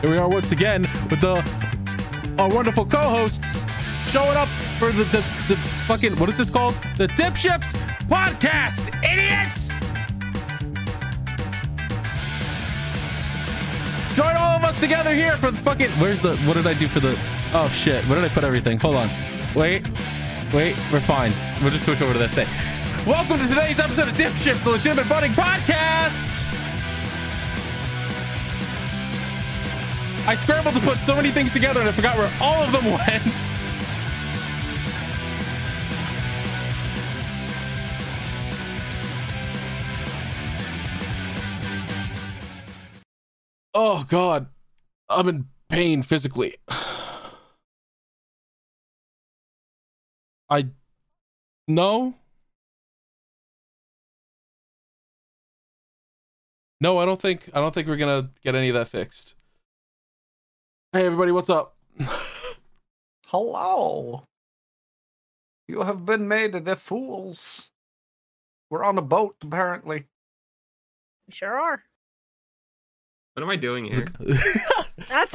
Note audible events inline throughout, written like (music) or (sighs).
Here we are once again with the our wonderful co-hosts showing up for the, the, the fucking what is this called? The Tip Ships podcast, idiots! Join all of us together here for the fucking where's the what did I do for the oh shit, where did I put everything? Hold on. Wait, wait, we're fine. We'll just switch over to this thing. Welcome to today's episode of Dip Ships, the legitimate budding podcast! I scrambled to put so many things together and I forgot where all of them (laughs) went. Oh god. I'm in pain physically. I no. No, I don't think I don't think we're going to get any of that fixed. Hey everybody, what's up? Hello. You have been made the fools. We're on a boat, (laughs) apparently. We sure are. What am I doing here? That's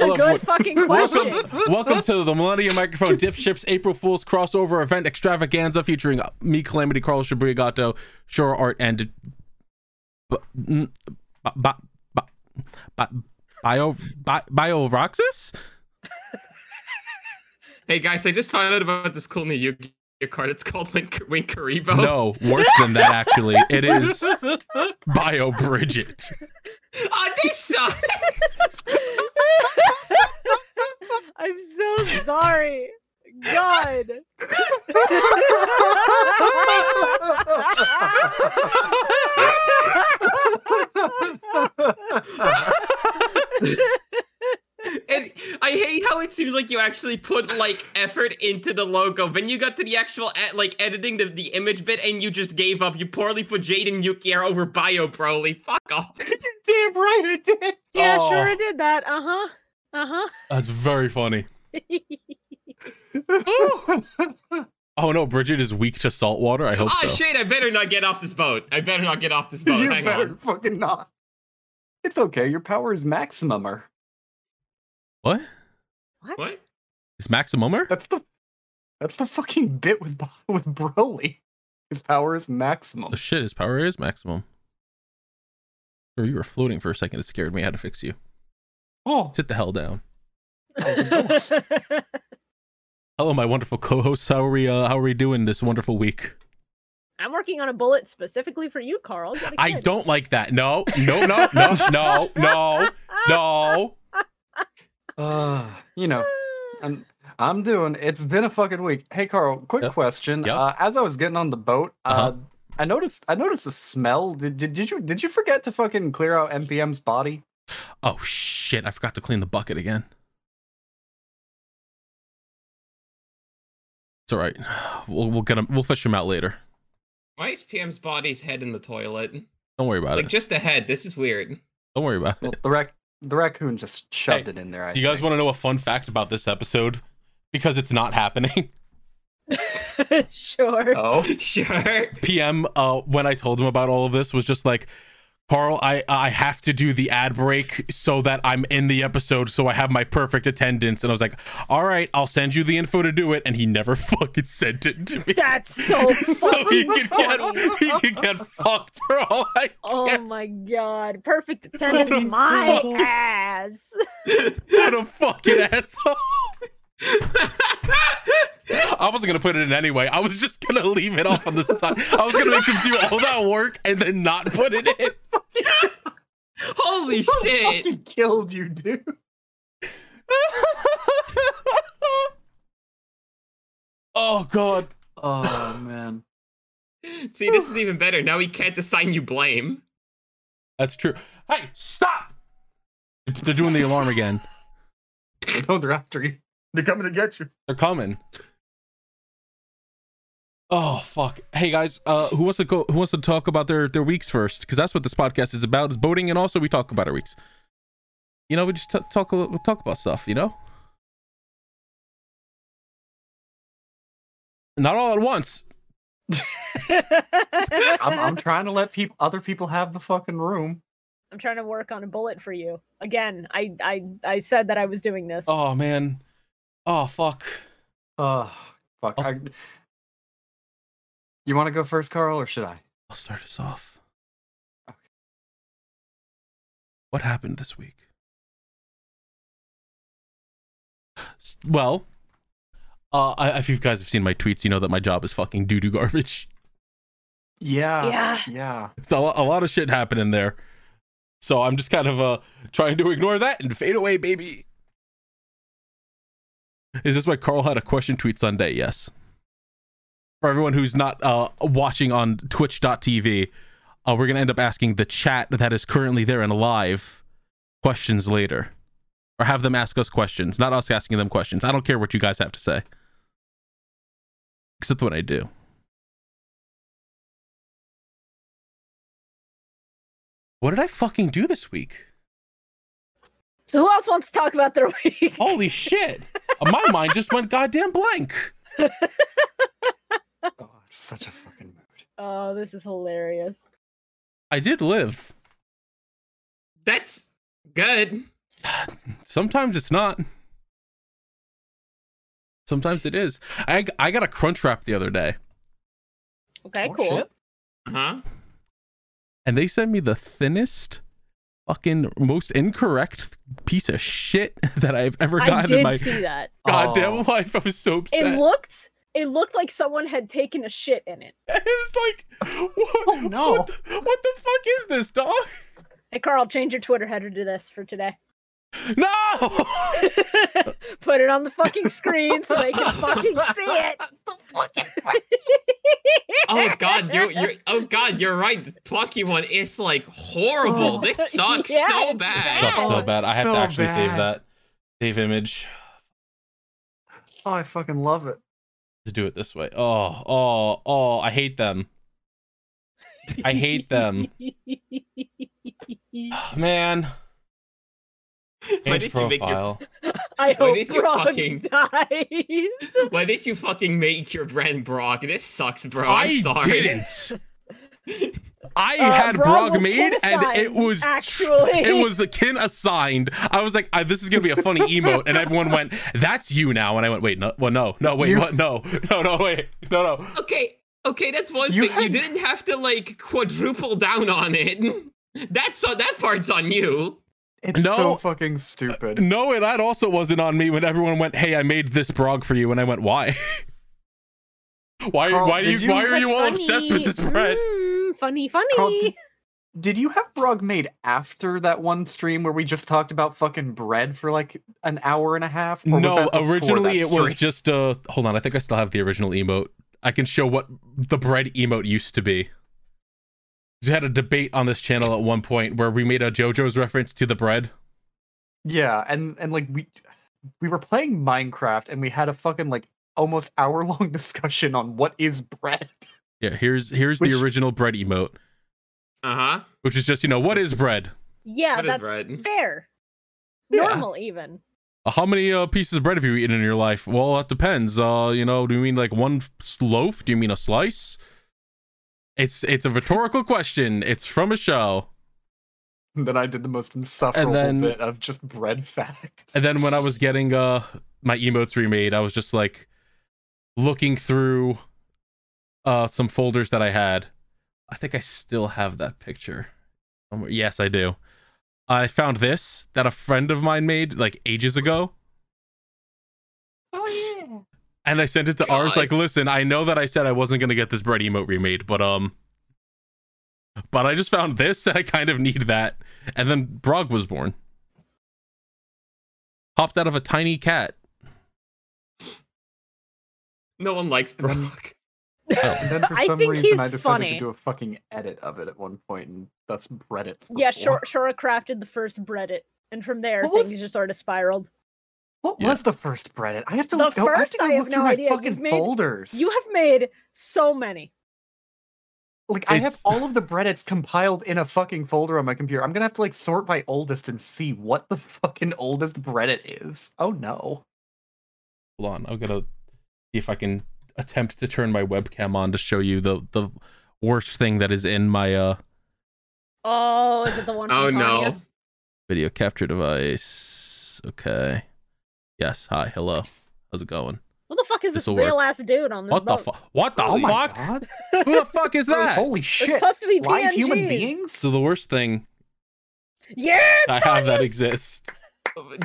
(laughs) Hold a on, good what- fucking question. Welcome to the Millennium Microphone Dip Ships April Fool's crossover event extravaganza featuring me, Calamity Carl Shabrigato, Shore Art, and B- mm, b- b- b- b- Bio bi- Bio Roxas? Hey guys, I just found out about this cool new Yu-Gi-Oh card. It's called Link Wink Karibo. (laughs) No, worse than that actually. It is Bio Bridget. Oh, Odessa! (laughs) I'm so sorry. God. (laughs) and I hate how it seems like you actually put like effort into the logo. Then you got to the actual e- like editing the, the image bit, and you just gave up. You poorly put Jade and Yukiera over Bio Broly. Fuck off. Damn right it did. (laughs) yeah, sure Oh. I did that. Uh huh. Uh That's very funny. huh. Oh no, Bridget is weak to salt water. I hope Ah so. shit! I better not get off this boat. I better not get off this boat. you Hang better on. fucking not. It's okay. Your power is maximumer. What? (laughs) what? What? Is Maximumer? That's the that's the fucking bit with (laughs) Bo- with Broly. His power is maximum. Oh shit, his power is maximum. Or you were floating for a second. It scared me. I had to fix you. Oh, Sit the hell down. was Hello, my wonderful co-hosts. How are we? Uh, how are we doing this wonderful week? (laughs) I'm working on a bullet specifically for you, Carl. You got a I kid. don't like that. No, no, no, no, no, no, Ah. no. (laughs) uh, you know, I'm I'm doing. It's been a fucking week. Hey, Carl. Quick Yep. question. Yep. Uh, as I was getting on the boat, uh Uh-huh. I noticed I noticed a smell. Did, did did you did you forget to fucking clear out MPM's body? Oh shit! I forgot to clean the bucket again. It's all right. We'll we'll get him. We'll fish him out later. Why is PM's body's head in the toilet? Don't worry about Like it. just the head. This is weird. (laughs) Don't worry about it. Well, the rac- the raccoon just shoved Hey, it in there. I Do you guys think. want to know a fun fact about this episode? Because it's not happening. (laughs) Uh, (laughs) sure. (laughs) Oh, Sure. PM uh, when I told him about all of this was just like, Carl, I I have to do the ad break so that I'm in the episode, so I have my perfect attendance. And I was like, all right, I'll send you the info to do it. And he never (laughs) fucking sent it to me. That's so. (laughs) so he could funny. get he could get fucked for all I Oh care. my (laughs) god. Perfect attendance. What a (laughs) My fuck. ass. What a fucking asshole. I wasn't gonna put it in anyway. I was just gonna leave it off on the side. I was gonna make him do all that work and then not put it in. Holy shit! fucking killed you, dude. oh god. Oh man. (laughs) See, this is even better. Now he can't assign you blame. That's true. Hey, stop! They're doing the alarm again. No, they're after (laughs) you. They're coming to get you. They're coming. Oh fuck. Hey guys, uh who wants to go who wants to talk about their their weeks first? Because that's what this podcast is about, is boating and also we talk about our weeks. You know, we just t- talk a li- we talk about stuff, you know? Not all at once. (laughs) I'm, I'm trying to let people, other people have the fucking room. (laughs) I'm trying to work on a bullet for you. Again, I I I said that I was doing this. Oh man. Oh fuck. Ugh, fuck. Oh. I... You want to go first, Carl, or should I? I'll start us off. Okay. What happened this week? S- Well, uh, I, if you guys have seen my tweets, you know that my job is fucking doo doo garbage. Yeah. yeah. Yeah. It's a, lo- a lot of shit happening there. So I'm just kind of uh, trying to ignore that and fade away, baby. Is this why Carl had a question tweet Sunday? Yes. For everyone who's not uh, watching on twitch.tv, uh, we're going to end up asking the chat that is currently there and live questions later. Or have them ask us questions, not us asking them questions. I don't care what you guys have to say. Except when I do. What did I fucking do this week? So who else wants to talk about their week? (laughs) Holy shit. Uh, My mind just went goddamn blank. Oh, it's such a fucking mood. Oh, this is hilarious. I did live. That's good. Sometimes it's not. Sometimes it is. I I got a crunch wrap the other day, Okay, Oh, cool. shit. Uh-huh. and they sent me the thinnest, fucking most incorrect piece of shit (laughs) that I've ever I gotten in did my (laughs) see that. goddamn Oh. life. I was so upset. It looked it looked like someone had taken a shit in it. (laughs) it was like, what, Oh, no. what, the, what the fuck is this, dog? (laughs) Hey Carl, change your Twitter header to this for today. (laughs) No. Put it on the fucking screen so they can fucking see it. Oh god, you're you're oh god, you're right. The talkie one is like (laughs) horrible. Oh. This sucks Yeah, so it's bad. Sucks Oh, so it's bad. I have so to actually save bad. that. Save image. Oh, I fucking love it. to do it this way. Oh, oh, oh, I hate them. I hate (laughs) them. Ah, Man. Why Page did you make your profile. (laughs) I Why hope did you Grog (laughs) fucking- dies. Why did you fucking make your brand Brock? This sucks, bro. I'm I sorry. (laughs) didn't. I Uh, had Grog Brog was made and it kin-assigned, was tr- actually. it was kin assigned. I was like, I, this is gonna be a (laughs) funny emote, and everyone went, "That's you now." And I went, "Wait, no, well, no, no, wait, You- what? No, (laughs) no, no, wait, no, no." Okay, okay, that's one You thing. You had- didn't have to like quadruple down on it. (laughs) That's on that part's on you. It's No. so fucking stupid. No, and that also wasn't on me when everyone went, "Hey, I made this brog for you," and I went, "Why? (laughs) why? Carl, why do you, did you- Why are But you all obsessed with funny. this bread?" Mm, funny, Carl, funny. did, did you have Brog made after that one stream where we just talked about fucking bread for like an hour and a half? Mm-hmm. Or was No, that before originally it that was stream? just uh Hold on, I think I still have the original emote. I can show what the bread emote used to be. We had a debate on this channel at one point where we made a JoJo's reference to the bread. Yeah, and and like we we were playing Minecraft and we had a fucking like almost hour long (laughs) discussion on what is bread. (laughs) Yeah, here's here's Which- the original bread emote, Uh-huh. which is just you know what is bread. yeah, That is that's right. fair. Yeah. Normal, even. Uh, How many uh, pieces of bread have you eaten in your life? Well, that depends. Uh, you know, do you mean like one s- loaf? Do you mean a slice? It's it's a rhetorical question. It's from a show. And then I did the most insufferable then- bit of just bread facts. And then when I was getting uh my emotes remade, I was just like looking through uh some folders that I had. I think I still have that picture. Somewhere. Yes, I do. I found this that a friend of mine made like ages ago. oh yeah. And I sent it to ours God. like, listen, I know that I said I wasn't gonna get this bread emote remade, but um But I just found this and I kind of need that. And then Brog was born. Popped out of a tiny (laughs) cat. No one likes Um, Brock. Oh. And then for I some think reason I he's decided funny. to do a fucking edit of it at one point and that's Reddit. Yeah, Shora, Shora crafted the first Breadit, and from there What was- things just sort of spiraled. What Yeah. was the first Reddit? I have to The look. go- I have first? to I go have look no through my idea. fucking You've made- folders. You have made so many. like I have It's- all of the Reddits compiled in a fucking folder on my computer. I'm gonna have to like sort by oldest and see what the fucking oldest Reddit is. Oh no. Hold on, I'm gonna see if I can attempt to turn my webcam on to show you the the worst thing that is in my uh Oh, is it the one? Oh from Tanya? no. Video capture device. Okay. Yes. Hi. Hello. How's it going? What the fuck is this This'll work. real ass dude on this What the boat? fuck? What the oh my fuck? god! Who the fuck is that? Holy It's shit! supposed to be Live human PNGs. beings? So the worst thing Yeah, I have that Tanya's- exists.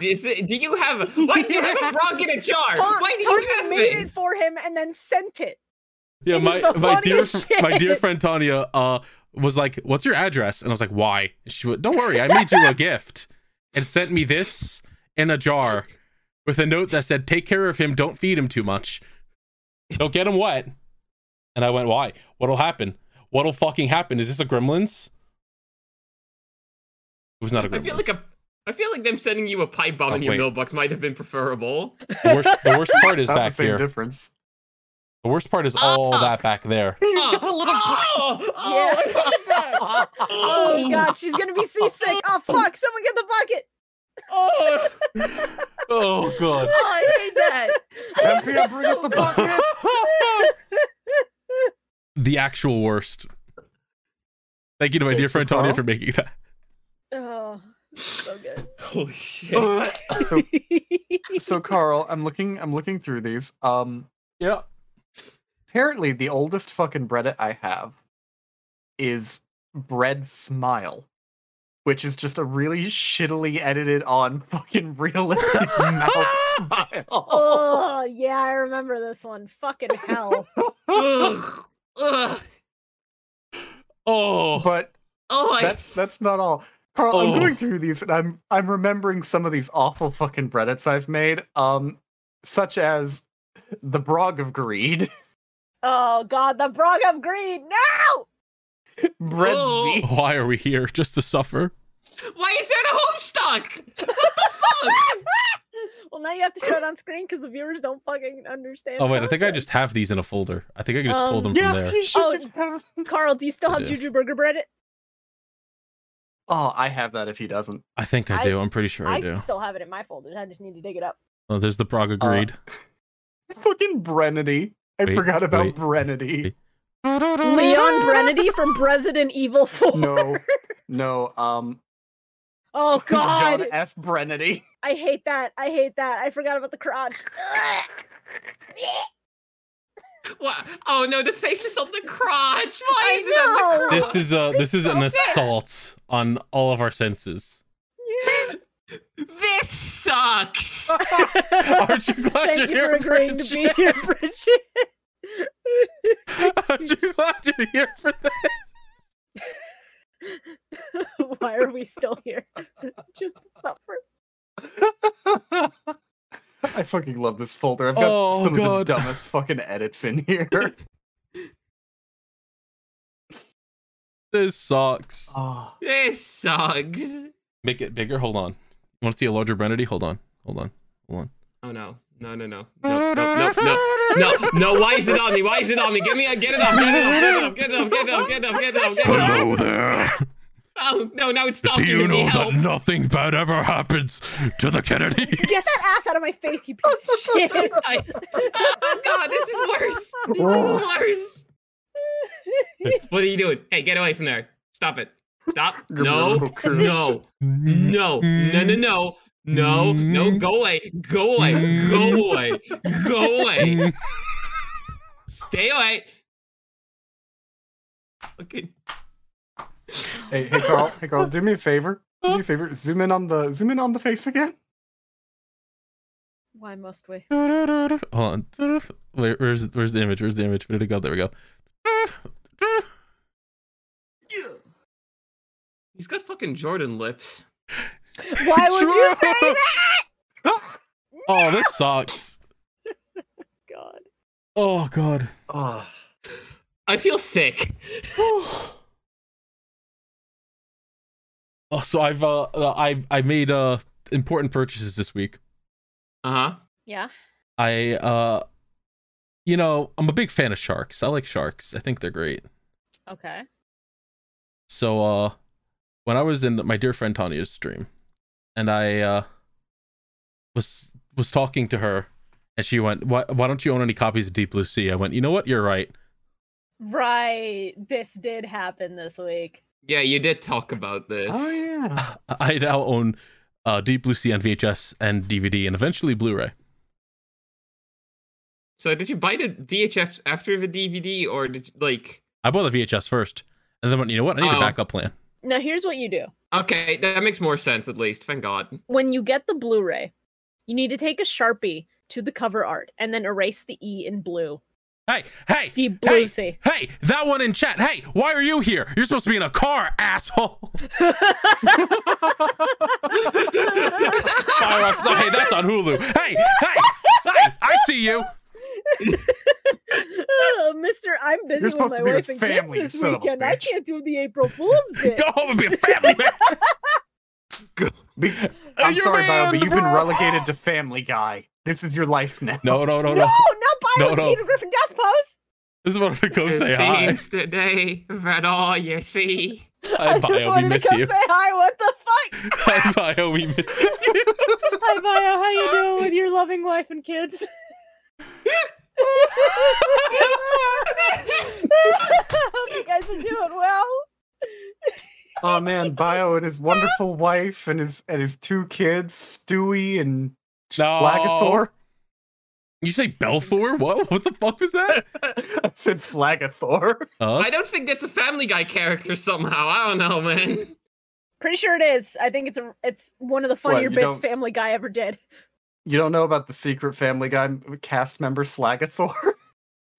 Is it- do (laughs) you have? Why do you have a frog in a jar? Ta- Why do Tanya you have made it this? for him and then sent it. Yeah, It is my the my dear funniest fr- my dear shit. friend Tanya uh was like, "What's your address?" And I was like, "Why?" And She went, "Don't worry, I made you a gift." And sent me this in a jar with a note that said, "Take care of him, don't feed him too much. Don't get him wet." And I went, "Why? What'll happen? What'll fucking happen? Is this a Gremlins?" It was not a Gremlins. I feel like a. I feel like them sending you a pipe bomb Oh, in your wait. mailbox might have (laughs) been preferable. the, worst, the worst part (laughs) is Not the back same here. difference. the worst part is all Ah. that back there. Oh, oh, oh, I hate that. Oh Oh. god, she's gonna be seasick. Oh fuck, someone get the bucket. Oh, Oh god. oh, I hate that. Vampire, bring (laughs) us the bucket. the actual worst. Thank you to my Okay, dear so friend Tanya Carl? for making that. Oh, so good. Holy shit. Oh, Uh, so, so Carl, I'm looking. I'm looking through these. Um, Yeah. apparently the oldest fucking Reddit I have is Bread Smile, which is just a really shittily edited on (laughs) fucking realistic mouth (laughs) smile. (laughs) oh yeah, I remember this one. Fucking hell. (laughs) Ugh. Ugh. Oh. But Oh, I, that's that's not all. Carl, Oh. I'm going through these and I'm I'm remembering some of these awful fucking Reddits I've made, um, such as the Brog of Greed, (laughs) Oh god, the Brog of Greed. No! (laughs) Bread Oh. V, Why are we here? Just to suffer? why is there a homestuck? What the fuck? Well now you have to show it on screen because the viewers don't fucking understand. Oh wait, I think I context. just have these in a folder. I think I can just pull Um, them from Yeah, there. you should Oh, just have. Carl, do you still It have is. Juju Burger Bread? It- Oh, I have that if he doesn't. I think I I- do. I'm pretty sure I, I do. still have it in my folders. I just need to dig (laughs) it up. Oh, there's the Prague Uh, agreed. (laughs) Fucking Brennity. I Wait, forgot about wait, Brennity. Leon Brennedy from President Evil (laughs) 4. No, no. Um, (laughs) Oh John god. F. Brennity. I hate that. I hate that. I forgot about (laughs) the crotch. Wha- Oh no, the face is on the crotch. Why I is it on the know. crotch? This is uh this is an so assault on all of our senses. (laughs) This sucks. Aren't you glad you're Thank you here, for agreeing to be here, Bridget. (laughs) Aren't you glad you're here for that? (laughs) Why are we still here? (laughs) Just to suffer. (laughs) I fucking love this folder. I've got Oh, some God. of the dumbest fucking edits in (laughs) here. (laughs) This sucks. Ah. oh, This sucks. Make it bigger. Hold on. You want to see a larger Brennity? Hold on. Hold on. Oh no. No, no, no. No, no, no, no. No, no, why is it on me? Why is it on me? Get me get it off, get it off, get it off, get it off, get it off, get it off, get it off, get it off. Hello there. Oh no, now it's talking to me. Help. nothing bad ever happens to the Kennedy? Get that ass out of my face, you piece of (laughs) shit. I, oh god, this is worse. (laughs) This is worse. what are you doing? Hey, get away from there. Stop it. Stop. No. (laughs) No. No. No. No. No. No. No. Go away. Go away. Go away. Go away. Stay away. Okay. Hey, hey, Carl. Hey, Carl. Do me a favor. Do me a favor. Zoom in on the zoom in on the face again. Why must we? (laughs) Hold on. Where, where's where's the image? Where's the image? Where did it go? There we go. He's got fucking Jordan lips. Why would you say True. that? Oh, this sucks. (laughs) God. Oh god. Oh, I feel sick. oh, so I've uh, uh I I made uh important purchases this week. Uh huh. Yeah. I uh you know, I'm a big fan of sharks. I like sharks. I think they're great. Okay. So uh when I was in my dear friend Tanya's stream and I uh was was talking to her and she went, Why why don't you own any copies of Deep Blue Sea? I went, You know what, you're right. Right. This did happen this week. Yeah, you did talk about this. Oh yeah. (laughs) I now own uh, Deep Blue Sea on VHS and DVD, and eventually Blu-ray. So did you buy the VHFs after the DVD, or did you, like? I bought the VHS first, and then went, you know what? I need a Oh. backup plan. Now, here's what you do Okay, that makes more sense at least. Thank God. when you get the Blu ray, you need to take a Sharpie to the cover art and then erase the E in blue. Hey, hey, Deep blue hey, sea. hey, that one in chat. Hey, why are you here? You're supposed to be in a car, asshole. Fireworks. Oh, hey, that's on Hulu. Hey, hey, hey, I see you. (laughs) Oh, Mister, I'm busy You're with supposed my to be wife with and family, kids this son of a weekend. I bitch. can't do the April Fool's (laughs) bit. Go home and be a family man. Be- I'm Your sorry, Bio, man, but you've been bro. relegated to Family Guy. This is your life now. No, no, no, no, no. not by (laughs) No, with no. Peter Griffin death pose. This is what I come It say hi. Seems today that all you see. Hi, I just Bio, Uh, we wanted miss to come you. say hi. What the fuck? Hi, Bio, we miss you. (laughs) Hi, Bio. How you doing (laughs) with your loving wife and kids? (laughs) Hope you guys are doing well. Oh man, Bio and his wonderful wife and his and his two kids, Stewie and No. Slagathor. You say Belfour? What? What the fuck was that? (laughs) I said Slagathor. Us? I don't think that's a Family Guy character somehow. I don't know, man. Pretty sure it is. I think it's a it's one of the What, funnier you bits don't- Family Guy (laughs) ever did. You don't know about the secret Family Guy m- cast member Slagathor?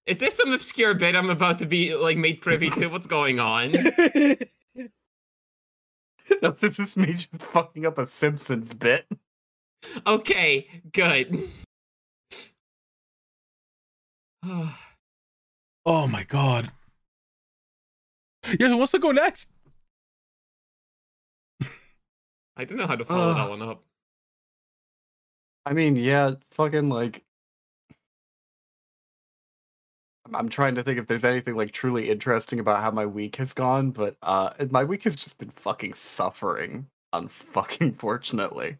Is this some obscure bit I'm about to be like made privy to? What's (laughs) going on? (laughs) no, this is me just fucking up a Simpsons bit. Okay, good. (sighs) Oh my god. Yeah, who wants to go next? I don't know how to follow Ugh. that one up. I mean, yeah, fucking like. I'm- I'm trying to think if there's anything like truly interesting about how my week has gone, but uh my week has just been fucking suffering, unfucking fortunately.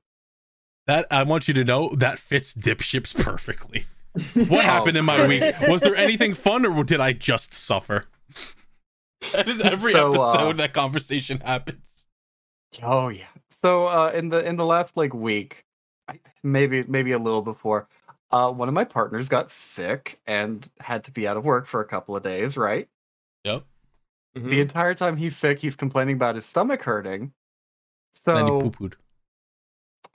That I want you to know that fits dipships (laughs) perfectly. What Oh, happened in my week? great. Was there anything fun or did I just (laughs) suffer? That is every So, uh, episode that conversation happens. Oh yeah. So uh in the in the last like week, I- maybe maybe a little before, uh one of my partners got sick and had to be out of work for a couple of days, right? Yep. Mhm. Mm-hmm. The entire time he's sick, he's complaining about his stomach hurting. Then he So poo-pooed.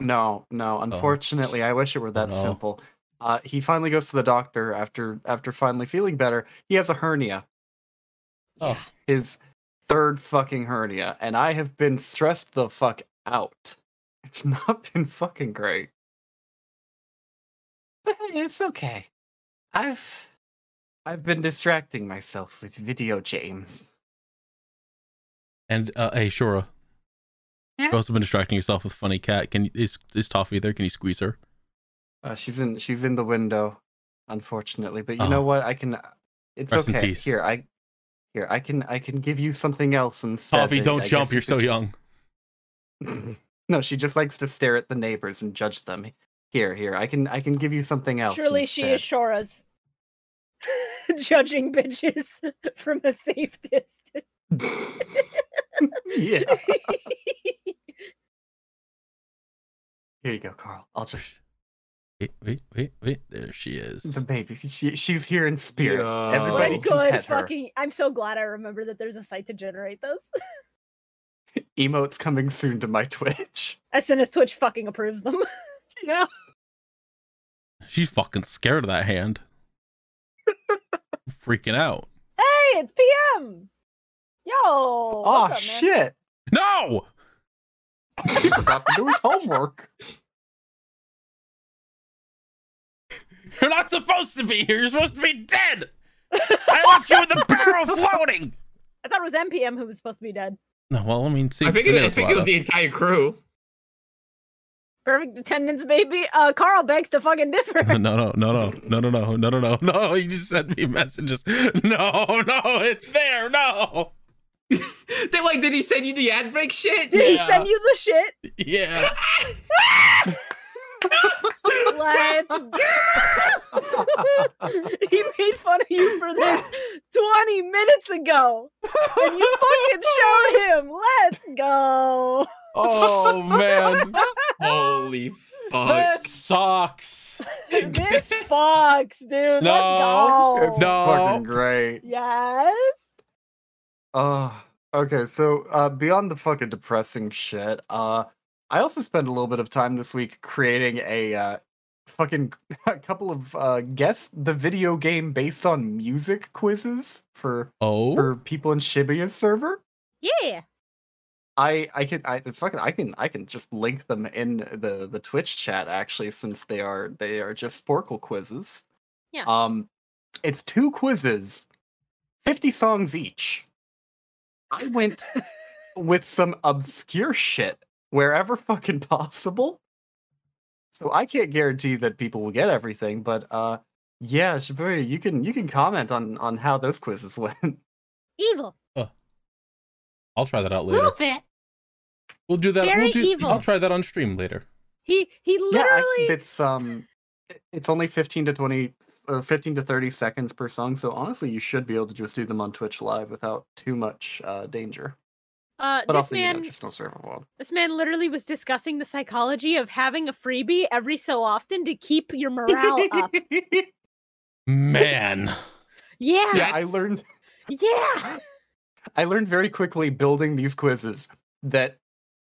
no, no, unfortunately, I wish it were that Oh. no. simple. Uh, he finally goes to the doctor after after finally feeling better. He has a hernia. Oh. His third fucking hernia, and I have been stressed the fuck out. It's (laughs) not been fucking great. But hey, it's okay. I've I've been distracting myself with video games. And uh, hey, Shura, Yeah? you've also been distracting yourself with funny cat. Can you, is is Toffee there? Can you squeeze her? Uh, she's in she's in the window, unfortunately. But you know Oh. what? I can. uh, It's Rest in okay. peace. Here, I here I can I can give you something else instead. Toffee, that don't I jump. guess You're so could just- young. (laughs) no, she just likes to stare at the neighbors and judge them. Here, here, I can I can give you something else. Surely she is instead. Shora's (laughs) judging bitches (laughs) from a safe distance. (laughs) (laughs) yeah. Here you go, Carl. I'll just Wait, wait, wait, wait. There she is. the baby. She she's here in spirit. Yeah. Everybody what Nobody can good pet her. Oh fucking! I'm so glad I remember that there's a site to generate those. Emotes coming soon to my Twitch. (laughs) As soon as Twitch fucking approves them. (laughs) Yeah. She's fucking scared of that (laughs) hand. Freaking out. hey, it's PM. Yo. Oh what's up, man? shit. (laughs) No! He forgot to do his homework. (laughs) You're not supposed to be here. You're supposed to be dead. I left you in the barrel floating. I thought it was MPM who was supposed to be dead. No, well, I mean, see, I think it, I think it was the entire crew. (laughs) Perfect attendance, baby. Uh, Carl begs to fucking no, (laughs) differ. (laughs) no, no, no, no, no, no, no, no, no, no. (laughs) You just sent me messages. No, no, it's there. No. They like, did he send you the ad break shit? Did he Yeah. send you (laughs) the shit? Yeah. (laughs) (laughs) Let's go. he made fun of you for this 20 minutes ago and you fucking (laughs) showed him. Let's go. Oh (laughs) man, (laughs) Holy fuck. that sucks. this fucks, No. dude. Let's go. It's No. fucking great. Yes. Uh, okay, so uh, beyond the fucking depressing shit, uh, I also spent a little bit of time this week creating a uh, fucking (laughs) a couple of uh, guess the video game based on music quizzes for Oh, for people in Shibuya's server. Yeah. I I can I fucking I can I can just link them in the the Twitch chat actually since they are they are just Sporkle quizzes. Yeah. Um, it's two quizzes, fifty songs each. I went with some obscure shit wherever fucking possible. So I can't guarantee that people will get everything, but uh, yeah, Shibuya, you can you can comment on on how those quizzes (laughs) went. Evil. I'll try that out A later. (gasps) little bit. We'll do that. Very We'll do, evil. I'll try that on stream later. He he yeah literally I, it's um it- it's only 15 to 20 or 15 to 30 seconds per song so honestly you should be able to just do them on twitch live without too much uh danger uh but this also you man know just no server world this man literally was discussing the psychology of having a freebie every so often to keep (laughs) your morale up. Man, Yeah. yeah i That's- learned Yeah. i learned very quickly building these quizzes that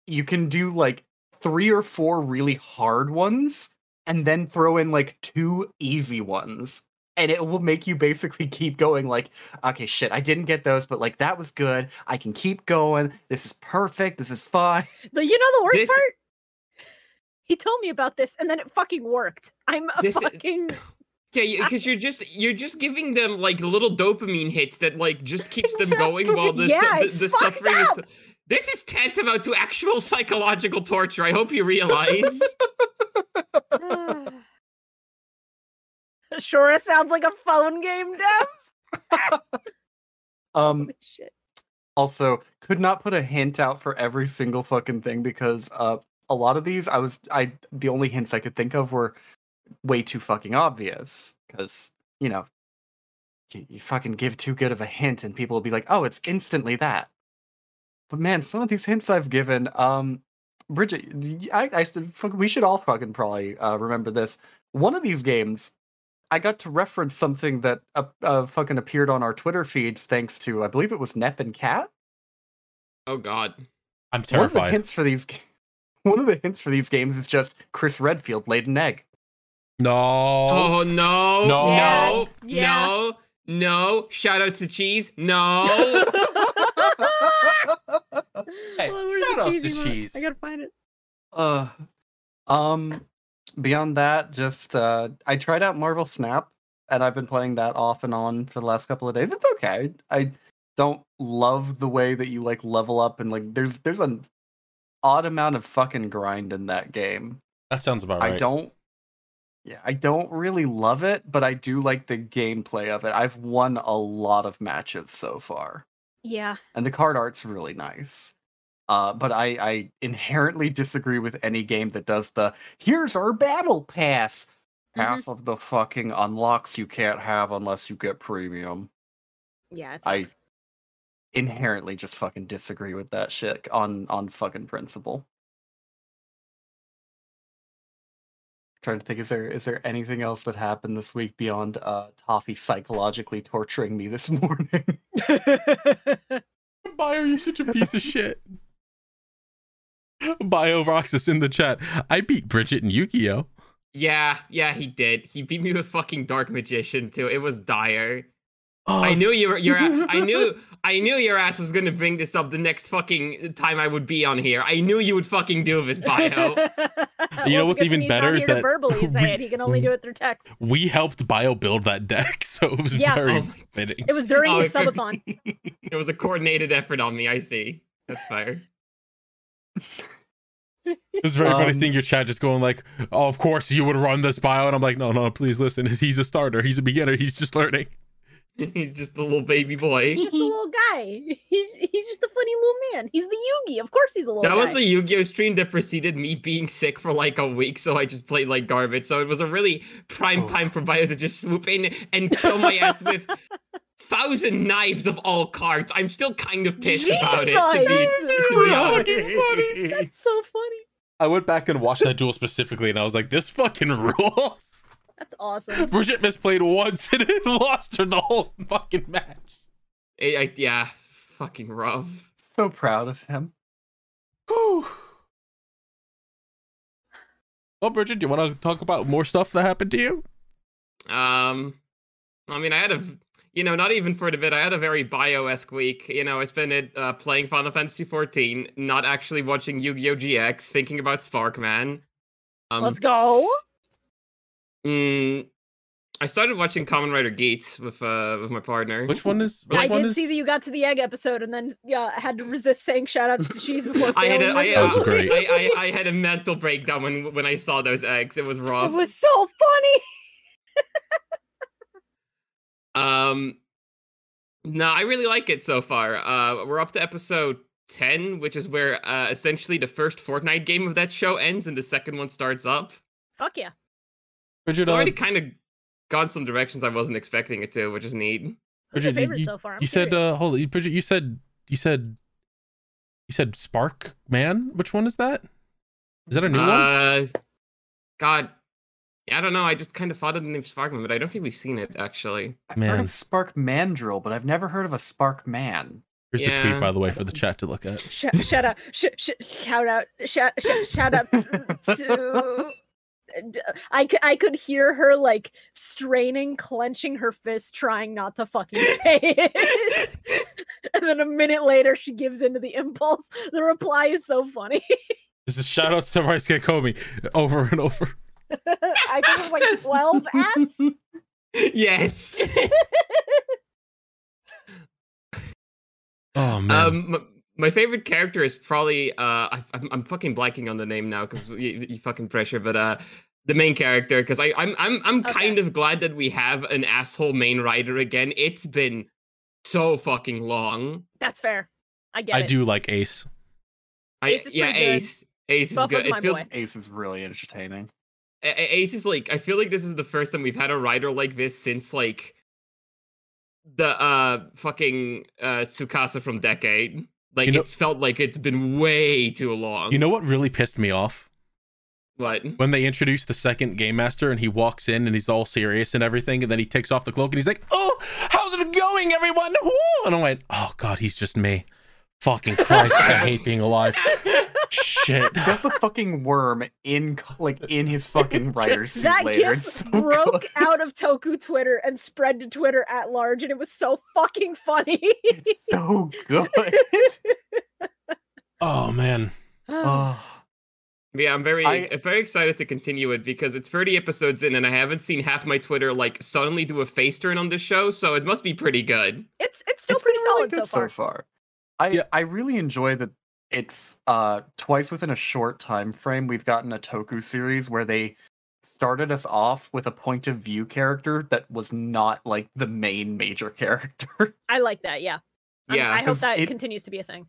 you can do like three or four really hard ones and then throw in like two easy ones and it will make you basically keep going like okay shit i didn't get those but like that was good i can keep going this is perfect this is fine The, you know the worst This- part? He told me about this and then it fucking worked. I'm a This is- fucking (sighs) Yeah, because you're just you're just giving them like little dopamine hits that like just keeps them going while the su- Exactly, yeah, the, it's the fucked suffering is. up. this is tantamount to actual psychological torture. I hope (laughs) you realize. Sure sounds like a phone game, Dev. Um, Shit. also, could not put a hint out for every single fucking thing because uh, a lot of these, I was, I the only hints I could think of were way too fucking obvious because you know, you, you fucking give too good of a hint and people will be like, oh, it's instantly that. But man, some of these hints I've given, um, Bridget, y- I, I should, fuck- we should all fucking probably uh, remember this. One of these games, I got to reference something that uh, uh, fucking appeared on our Twitter feeds thanks to, I believe it was Nep and Cat. oh God. I'm One of the terrified. hints for these, ga- (laughs) one of the hints for these games is just Chris Redfield laid an egg. No. Oh No. no. No. Yeah, yeah. No. No. Shout out to cheese. (laughs) No. Hey, Well, where's the shout outs cheesy to one? cheese. I gotta find it. (laughs) uh, um, beyond that, just uh, I tried out Marvel Snap, and I've been playing that off and on for the last couple of days. It's okay. I don't love the way that you like level up and like there's there's an odd amount of fucking grind in that game. That sounds about I right. don't. Yeah, I don't really love it, but I do like the gameplay of it. I've won a lot of matches so far, Yeah. and the card art's really nice. Uh, but I, I inherently disagree with any game that does the here's our battle pass. Mhm. Half of the fucking unlocks you can't have unless you get premium. Yeah, it's I inherently just fucking disagree with that shit on on fucking principle. Trying to think, is there is there anything else that happened this week beyond uh Toffee psychologically torturing me this (laughs) morning? Bio, you such a piece of shit. Bio Roxas in the chat. I beat Bridget and Yukio. yeah. Yeah. He did. He beat me with fucking dark magician too. It was dire. Oh, I knew your your I knew I knew your ass was gonna bring this up the next fucking time I would be on here. I knew you would fucking do (laughs) this, bio. You know what's even better is that verbally (laughs) we- say it. He can only do it through text. we helped Bio build that deck, (laughs) so it was Yeah. very Oh my- fitting. It was during Oh, his it could be- (laughs) subathon. it was a coordinated effort on me. I see. That's fair. (laughs) It was very funny Um, seeing your chat just going like, "Oh, of course you would run this Bio," and I'm like, "No, no, please listen. (laughs) He's a starter. He's a beginner. He's just learning." He's just a little baby boy. He's the little guy. He's he's just a funny little man. He's the Yugi. Of course, he's a little. That was guy. the Yu-Gi-Oh stream that preceded me being sick for like a week, so I just played like garbage. So it was a really prime Oh. time for Bio to just swoop in and kill my ass with thousand knives of all cards. I'm still kind of pissed about it. Jesus! to be- to be (laughs) honest. fucking funny. That's so funny. I went back and watched that duel specifically, and I was like, "This fucking (laughs) rules." That's awesome. Bridget misplayed once (laughs) and it lost her the whole fucking match. I- I- yeah, fucking rough. So proud of him. Whew. Well, Bridget, do you want to talk about more stuff that happened to you? Um, I mean, I had a, v- you know, not even for the bit. I had a very bio-esque week. You know, I spent it uh, playing Final Fantasy 14, not actually watching Yu-Gi-Oh GX, thinking about Sparkman. Um, Let's go. mm, I started watching Common Rider Geats with uh with my partner. Which one is? Which I one did is... see that you got to the egg episode and then yeah, I had to resist saying shout outs to cheese (laughs) before (laughs) I had failing a, I, That was I, myself. great. I, I, I had a mental breakdown when when I saw those eggs. It was rough. It was so funny. Um, no, I really like it so far. Uh, we're up to episode ten, which is where uh, essentially the first Fortnite game of that show ends and the second one starts up. Fuck yeah. Bridget, It's uh, already kind of gone some directions I wasn't expecting it to, which is neat. Who's your Bridget, you- favorite so far? I'm you said, curious. uh, hold on, Bridget. You said, you said, you said Spark Man. Which one is that? Is that a new one? Uh, God, yeah, I don't know. I just kind of thought of the name Sparkman, but I don't think we've seen it (laughs) actually. I've heard Man. of Spark Mandrill, but I've never heard of a Spark Man. Here's the yeah. tweet, by the way, for the chat to look at. Sh- shout out, sh- sh- shout out, shout, sh- shout out t- to. d- I could, I could hear her like straining, clenching her fist, trying not (laughs) to fucking say it. and then a minute later, she gives into the impulse. The reply is so funny. (laughs) This is shout outs to Rice Komi over and over. I think it was like twelve ads. yes. Oh man. (laughs) Um, my, my favorite character is probably uh, I, I'm, I'm fucking blanking on the name now because you, you fucking pressure, but uh, the main character because I I'm I'm I'm Okay. kind of glad that we have an asshole main rider again. It's been so fucking long. That's fair. I get I (laughs) it. do like Ace. I, Ace is yeah, pretty good. Ace. Ace is Buff was good. my It feels boy. (laughs) Ace is really entertaining. A- A- Ace is like I feel like this is the first time we've had a rider like this since like the uh fucking uh Tsukasa from Decade. Like You know- it's felt like it's been way too long. You know what really pissed me off? what? When they introduced the second game master and he walks in and he's all serious and everything, and then he takes off the cloak and he's like, Oh, how's it going, everyone? Woo! And I went, Oh god, he's just me. Fucking Christ, (laughs) I hate being alive. Shit. He does the fucking worm in co- like in his (laughs) fucking writer's suit That later. gif It's so broke good. out of Toku Twitter and spread to Twitter at large, and it was so fucking funny. (laughs) It's so good. Oh man. Oh, Yeah, I'm very I- I'm very excited to continue it because it's 30 episodes in and I haven't seen half my Twitter like suddenly do a face turn on this show, so it must be pretty good. it's it's still it's been pretty really solid good so far. so far. I Yeah. I really enjoy that it's uh twice within a short time frame we've gotten a Toku series where they started us off with a point of view character that was not like the main major (laughs) character. I like that. Yeah. I mean, Yeah, I hope 'cause that it- continues to be a thing.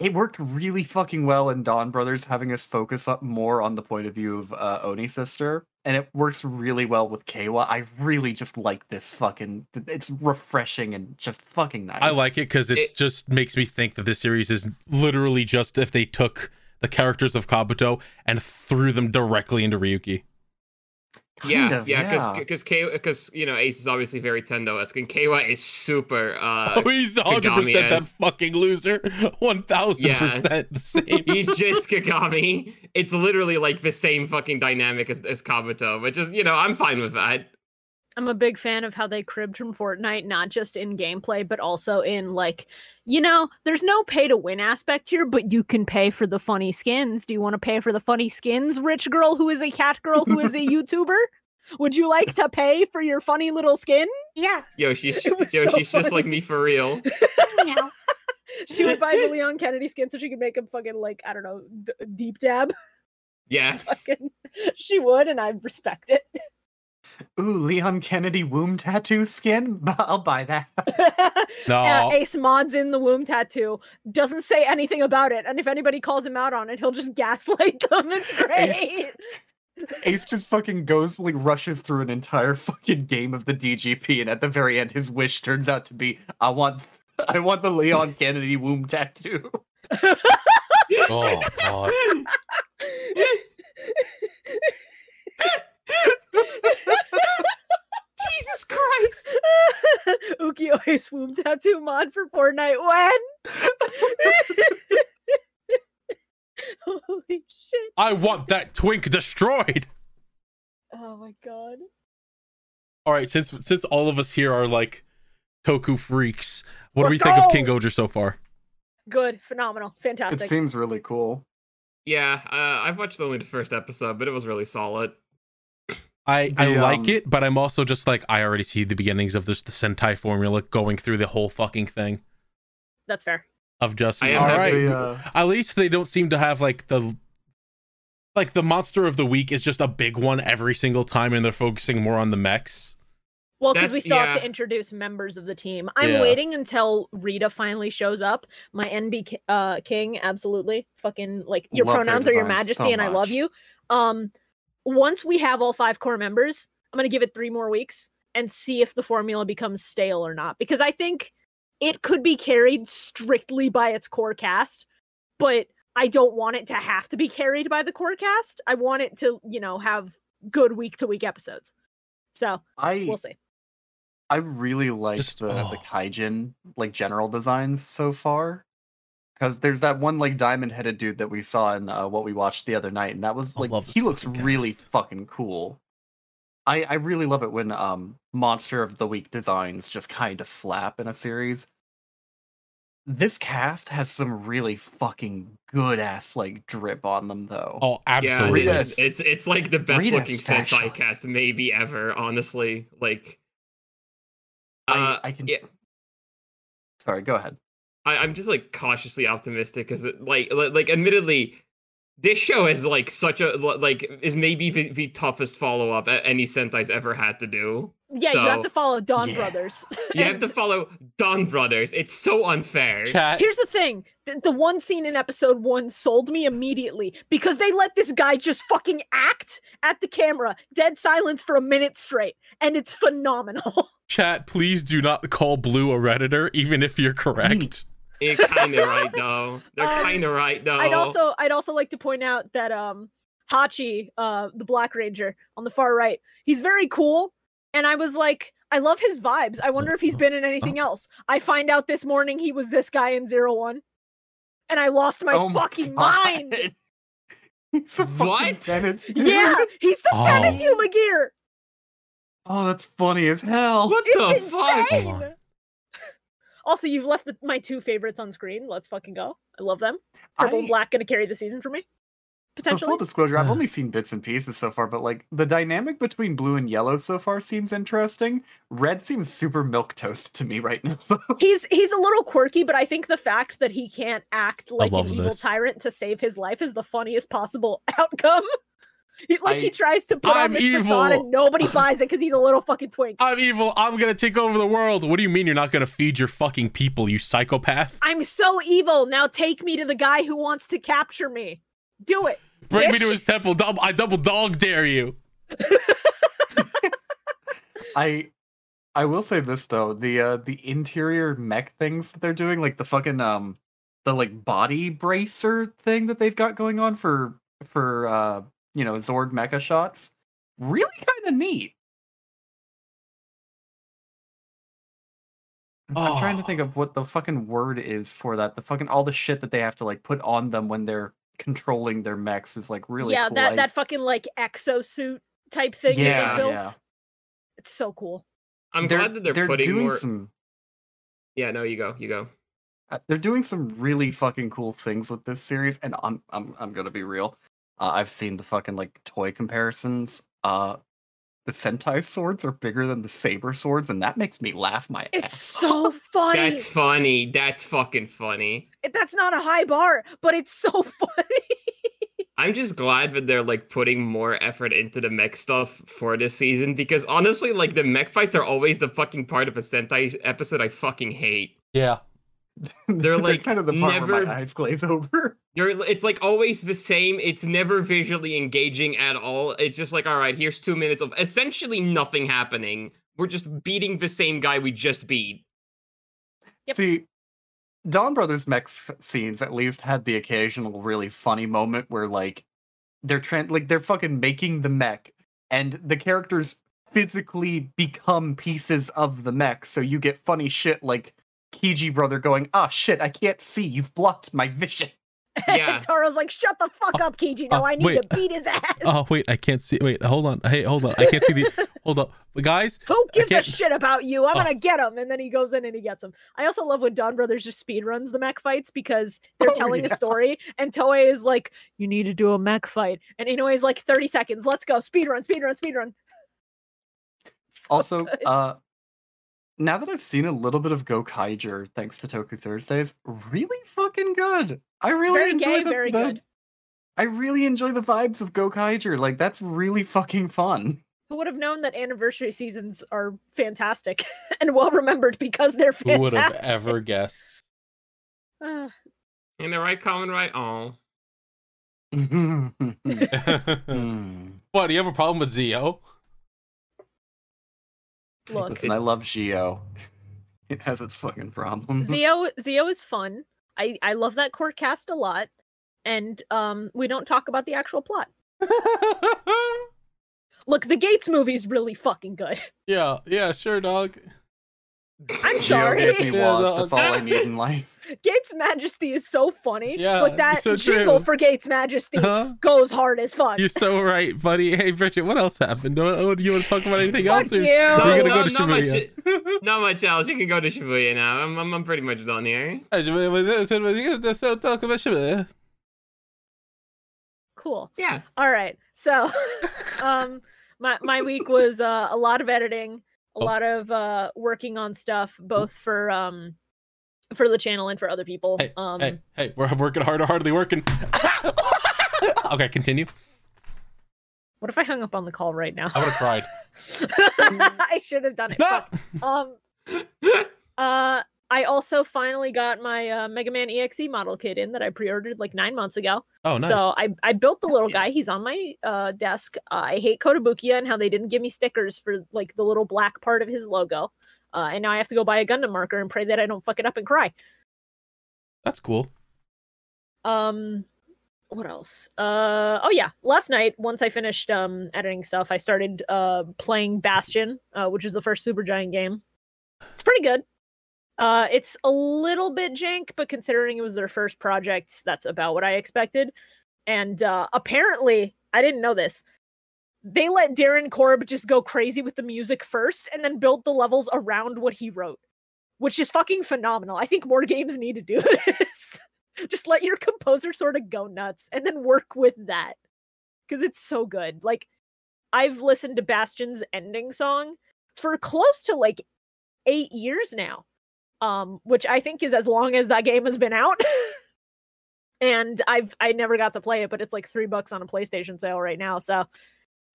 it worked really fucking well in Dawn Brothers, having us focus up more on the point of view of uh, Oni sister, and it works really well with Kawa. I really just like this fucking. th- It's refreshing and just fucking nice. I like it because it, It- just makes me think that this series is literally just if they took the characters of Kabuto and threw them directly into Ryuki. Kind yeah, of, yeah, because because you know Ace is obviously very Tendo esque and Kawa is super. uh oh, he's 100% Kagami that is. fucking loser. (laughs) 1000% the (laughs) same. He's just Kagami. It's literally like the same fucking dynamic as, as Kabuto, which is you know I'm fine with that. I'm a big fan of how they cribbed from Fortnite, not just in gameplay, but also in like, you know, there's no pay to win aspect here, but you can pay for the funny skins. Do you want to pay for the funny skins, rich girl who is a cat girl (laughs) who is a YouTuber? Would you like to pay for your funny little skin? Yeah. Yo, she's (laughs) It was yo, so she's just like me for real. Meow. She (laughs) would buy the Leon Kennedy skin so she could make him fucking like, I don't know, d- deep dab. (laughs) Yes. Fucking, she would, and I respect it. Ooh, Leon Kennedy womb tattoo skin. (laughs) Bu- I'll buy that. (laughs) (laughs) uh, No. Ace mods in the womb tattoo (laughs) doesn't (laughs) say anything about it, and if anybody calls him out on it, he'll just gaslight them. It's great. Ace- Ace just fucking goes like rushes through an entire fucking game of the DGP, and at the very end, his wish turns out to be, "I want, (laughs) I want the Leon Kennedy womb tattoo." Oh god. Jesus Christ! (laughs) Ukio's womb tattoo mod for Fortnite. When? (laughs) Holy shit! I want that twink destroyed. Oh my god. All right, since since all of us here are like Toku freaks, what do we Let's think of go! King Goger so far? Good. Phenomenal. It Fantastic. seems really cool. Yeah, uh, I've watched only the first episode, but it was really solid. I I The, like um, it, but I'm also just like I already see the beginnings of this the Sentai formula going through the whole fucking thing That's fair. of just I am all happy, right. The, uh, At least they don't seem to have like the like the monster of the week is just a big one every single time, and they're focusing more on the mechs. Well, because we That's- still have to yeah. introduce members of the team. I'm Yeah. waiting until Rita finally shows up. My NB ki- uh, King, absolutely. Fucking like your Love their pronouns are your designs majesty so and I love much. you. Um once we have all five core members, I'm gonna give it three more weeks and see if the formula becomes stale or not. Because I think it could be carried strictly by its core cast, but I don't want it to have to be carried by the core cast. I want it to, you know, have good week to week episodes. So I we'll see. I really like Just- the the oh. Kaijin like general designs so far. Because there's that one like diamond headed dude that we saw in uh, what we watched the other night, and that was I like love he this looks fucking guy. really fucking cool. I I really love it when um monster of the week designs just kind of slap in a series. This cast has some really fucking good ass like drip on them though. Oh, Yeah, absolutely. Rita- it's, it's it's like the best Rita looking especially. Sentai cast maybe ever. Honestly, like, uh, I, I can. yeah. Sorry, go ahead. I, I'm just like cautiously optimistic because, like, li- like, admittedly, this show is like such a li- like is maybe the, the toughest follow up any Sentai's ever had to do. Yeah, you have So- to follow Dawn Yeah. Brothers. (laughs) You have to And follow Don Brothers. It's so unfair. Chat. Here's the thing: the, the one scene in episode one sold me immediately because they let this guy just fucking act at the camera, dead silence for a minute straight, and it's phenomenal. (laughs) Chat, please do not call Blue a Redditor, even if you're correct. You're kind of right though. They're Um, kind of right though. I'd also, I'd also like to point out that um, Hachi, uh, the Black Ranger on the far right, he's very cool, and I was like. I love his vibes. I wonder if he's been in (laughs) anything else. I find out this morning he was this guy in Zero One, and I lost my Oh (laughs) fucking God. mind. He's a fucking What? (laughs) dentist, dude. Yeah, he's the Oh. tennis human gear. (laughs) Oh, that's funny as hell. what It's the fuck? Come insane. on. (laughs) Also, you've left the, my two favorites on screen. Let's fucking go. I love them. Purple and I- black gonna carry the season for me. So full Potentially. disclosure, I've Yeah. only seen bits and pieces so far, but like the dynamic between blue and yellow so far seems interesting. Red seems super milk toast to me right now. (laughs) though. he's he's a little quirky, but I think the fact that he can't act like an love evil this. tyrant to save his life is the funniest possible (laughs) outcome. He- like he I- tries to put I'm on this facade evil. (laughs) and nobody buys it because he's a little fucking twink. I'm evil. I'm gonna take over the world. What do you mean you're not gonna feed your fucking people, you psychopath? I'm so evil. Now take me to the guy who wants to capture me. Do it. Bring me bitch. to his temple. Dou- I double dog dare (laughs) you. I I will say this though, the uh the interior mech things that they're doing, like the fucking um the like body bracer thing that they've got going on for for uh you know Zord mecha shots, really kind of neat. I'm- I'm trying to Oh. think of what the fucking word is for that. The fucking all the shit that they have to like put on them when they're controlling their mechs is like really yeah, cool. that I- that fucking like exosuit type thing that Yeah, they built. yeah. It's so cool. I'm they're, glad that they're, they're putting doing more. some Yeah, no, you go, you go. uh, they're doing some really fucking cool things with this series and i'm i'm, I'm gonna be real uh, i've seen the fucking like toy comparisons uh the sentai swords are bigger than the saber swords and that makes me laugh my It's ass so (laughs) funny. That's funny. That's fucking funny. It- That's not a high bar, but it's so (laughs) funny. I'm just glad that they're like putting more effort into the mech stuff for this season because (laughs) honestly, like the mech fights are always the fucking part of a Sentai episode I fucking hate. Yeah. They're like kind of the part where never- my eyes glaze over. You're, it's like always the same. It's never visually engaging at all. It's just like, all right, here's two minutes of essentially nothing happening. We're just beating the same guy we just beat. Yep. See, Dawn Brothers mech f- scenes at least had the occasional really funny moment where like they're tran like they're fucking making the mech and the characters physically become pieces of the mech, so you get funny shit like Kiji brother going, "Ah shit, I can't see. You've blocked my (laughs) vision." Yeah. Toro's like, shut the fuck up, Kiji. Now uh, I need wait. to beat his ass. Oh wait, I can't see. Wait, hold on. Hey, hold on. I can't see the. hold up, guys. (laughs) Who gives a can't- shit about you? I'm Oh. gonna get him. And then he goes in and he gets him. I also love when Don Brothers just speed runs the mech fights because (laughs) they're Oh, telling yeah. a story and Toei is like, you need to do a mech fight. And Inoue's like, 30 seconds, let's go. Speed run, speed run, speed run. (laughs) So also, good. uh, now that I've seen a little bit of Gokaiger, thanks to Toku Thursdays, really fucking good. I really very enjoy gay, the, very the- good. I really enjoy the vibes of Gokaiger. Like that's really (laughs) fucking fun. Who would have known that anniversary seasons are fantastic (laughs) and well remembered because they're Who fantastic? would have ever (laughs) guessed? (sighs) Ah, Am I right, Common right? Oh. Mm. what? Do you have a problem with Zio? look, Listen, I love Geo. (laughs) It has its fucking problems. Zio Zio is fun. I I love that court cast a lot, and um we don't talk about the actual plot. Look, the Gates movie's really fucking good. (laughs) (laughs) yeah, yeah, sure, dog. I'm Geo sorry. gave (laughs) me Yeah, was. no, That's all I need in life. (laughs) Gates Majesty is so funny, Yeah, but that so jingle true. for (laughs) Gates Majesty Huh? goes hard as fuck. You're so right, buddy. Hey, Bridget, what else happened? Do do you want to (laughs) talk about anything Fuck else? or- you. We're No, gonna go to not much. Shibuya. (laughs) Not much else. You can go to Shibuya now. I'm, I'm, I'm pretty much done here. Cool. Yeah. All right. So, (laughs) um, my my week was uh, a lot of editing, a Oh. Mm-hmm. lot of uh, working on stuff, both for um, for the channel and for other people. Hey, um, hey, hey, we're working hard, hardly working. (laughs) okay, continue. What if I hung up on the call right now? I would have cried. (laughs) I should have done it. Mm. No! (laughs) Fuck. Um, uh, I also finally got my uh, Mega Man EXE model kit in that I pre-ordered like nine months ago. Oh, nice. So I I built the little guy. He's on my uh, desk. Uh, I hate Kotobukiya and how they didn't give me stickers for like the little black part of his logo. Uh, and now I have to go buy a Gundam marker and pray that I don't fuck it up and cry. That's cool. um what else uh oh yeah last night once i finished um editing stuff i started uh playing bastion uh which is the first super giant game it's pretty good uh it's a little bit jank but considering it was their first project that's about what i expected and uh apparently i didn't know this they let darren korb just go crazy with the music first and then build the levels around what he wrote which is fucking phenomenal i think more (laughs) games need to do this (laughs) just let your composer sort of go nuts and then work with that because it's so good like i've listened to bastion's ending song for close to like eight years now um which i think is as long as that game has been out (laughs) and i've i never got to play it but it's like three bucks on a playstation sale right now so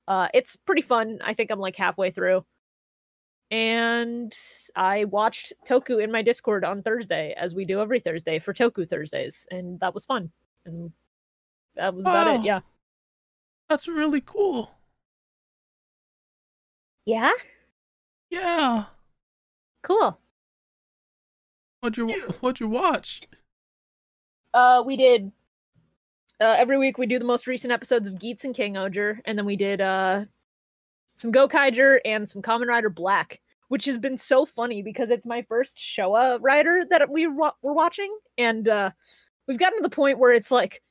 uh it's pretty fun i think i'm like halfway through and I watched Toku in my Discord on Thursday, as we do every Thursday for Toku Thursdays, and that was fun. And that was about Oh. it. Yeah. That's really cool. Yeah. Yeah. Cool. What'd you What'd you watch? Uh, we did. Uh, every week we do the most recent episodes of Geats and King Oger, and then we did uh, some Gokaiger and some Common Rider Black, which has been so funny because it's my first Showa rider that we wa- were watching, and uh, we've gotten to the point where it's like,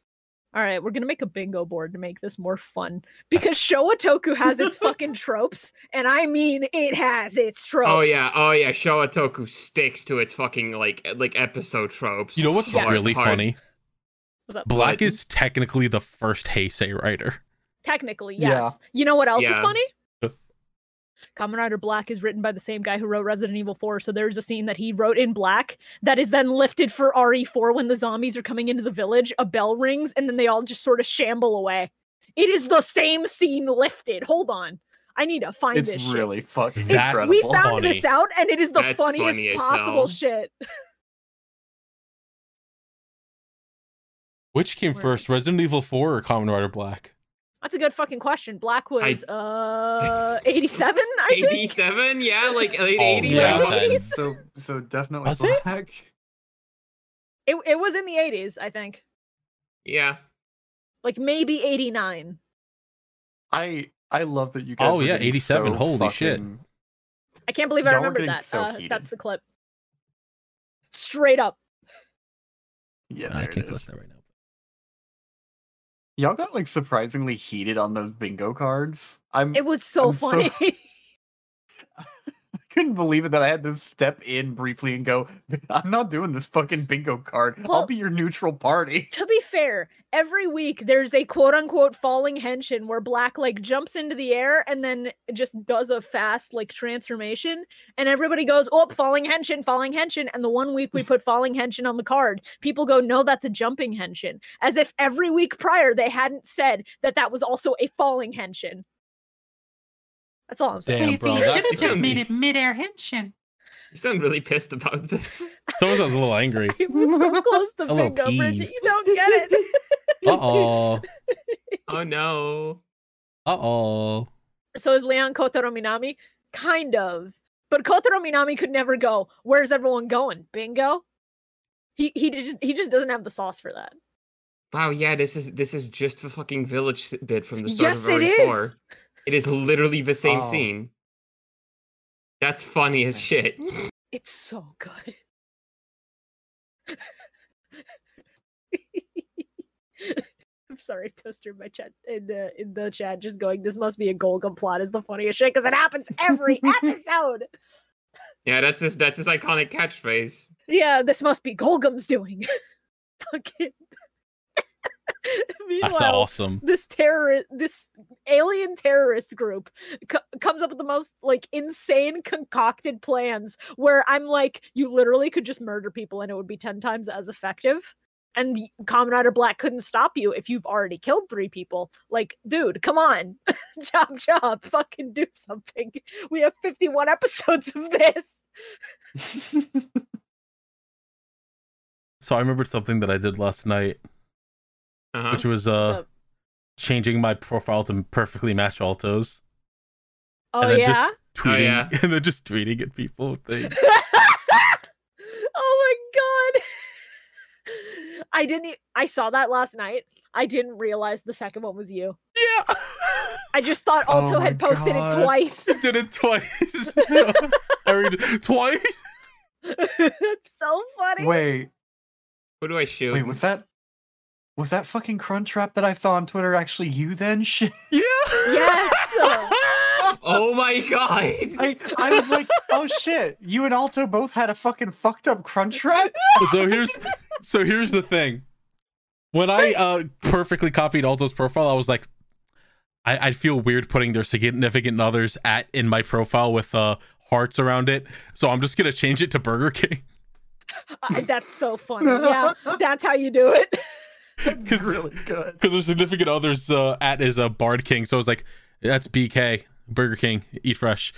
all right, we're gonna make a bingo board to make this more fun because Showa Toku has its fucking tropes, and I mean it has its tropes. Oh yeah. Oh yeah. Showa Toku sticks to its fucking like like episode tropes. You know what's Yes. really Hard. funny? What's up? Black What? is technically the first Heisei writer. Technically, Yeah. yes. You know what else is Yeah. funny? Huh. Kamen Rider Black is written by the same guy who wrote Resident Evil 4, so there's a scene that he wrote in black that is then lifted for RE4 when the zombies are coming into the village. A bell rings, and then they all just sort of shamble away. It is the same scene lifted. Hold on. I need to find It's this shit. really fucking It's- We (laughs) incredible. That's found funny. this out, and it is the That's funniest funny as possible hell. shit. Which came Where first, Resident Evil 4 or Common Rider Black? That's a good fucking question. Black was uh 87, (laughs) I think. 87? Yeah, like late Oh, 80s. yeah, like, then. So so definitely Was it? black. It it was in the 80s, I think. yeah. Like maybe 89. I I love that you guys. Oh, were yeah, getting 87, so holy shit. fucking- I can't believe I Y'all were remembered getting that. so Uh, heated. that's the clip. Straight up. Yeah, I there can't it collect is. that right now. Y'all got like surprisingly heated on those bingo cards. I'm It was so I'm so- funny. (laughs) I couldn't believe it that I had to step in briefly and go, I'm not doing this fucking bingo card. I'll Well- be your neutral party. to be fair, every week there's a quote unquote falling henshin where Black like jumps into the air and then just does a fast like transformation, and everybody goes, "Oh, falling henshin, falling henshin." And the one week we put falling henshin on the card, people go, "No, that's a jumping henshin," as if every week prior they hadn't said that that was also a falling henshin. That's all I'm saying. (laughs) Damn, bro. That should've just made it. midair (laughs) henshin. You sound really pissed (laughs) about this. (laughs) Someone sounds a little angry. It was so close to A little bingo, peeve. Bridget. You don't get it. (laughs) Uh oh. Oh no. Uh oh. So is Leon Kotaro Minami? Kind of. But Kotaro Minami could never go, where's everyone going? Bingo? He he just he just doesn't have the sauce for that. Wow, yeah, this is this is just the fucking village s- bit from the start Yes, of it Ori is. 4. It is literally the same Oh. scene. That's funny as shit. It's so good. (laughs) I'm sorry, toaster in my chat in the in the chat just going, this must be a Golgum plot is the funniest shit because it happens every episode. Yeah, that's his that's his iconic catchphrase. Yeah, this must be Golgum's doing. (laughs) Fucking (laughs) That's Meanwhile, awesome. this terrorist this alien terrorist group co- comes up with the most like insane concocted plans where i'm like you literally could just murder people and it would be 10 times as effective and y- common rider black couldn't stop you if you've already killed three people like dude come on (laughs) job job fucking do something we have 51 episodes of this So I remembered something that I did last night, Uh-huh. which was uh up? changing my profile to perfectly match altos. oh then yeah just tweeting yeah. (laughs) and then just tweeting at people with (laughs) things. oh my god i didn't e- i saw that last night i didn't realize the second one was you yeah. (laughs) i just thought Oh alto had my posted God. it (laughs) twice Did it twice. (laughs) I read twice. (laughs) that's so (laughs) funny Wait, Who do I shoot? wait, was that was that fucking Crunchwrap that I saw on Twitter actually you then? (laughs) Shit. Yeah. (laughs) yes Oh my (laughs) god! I, I was like, oh shit, you and Alto both had a fucking fucked up (laughs) Crunchwrap? so here's so here's the thing. When I uh perfectly copied Alto's profile, I was like, I, I'd feel weird putting their significant others at in my profile with uh hearts around it. So I'm just gonna change it to Burger King. (laughs) Uh, that's so funny yeah that's how you do (laughs) it That's really good. Because their significant others uh at is a uh, Bard King. So I was like, that's BK, Burger King, eat fresh.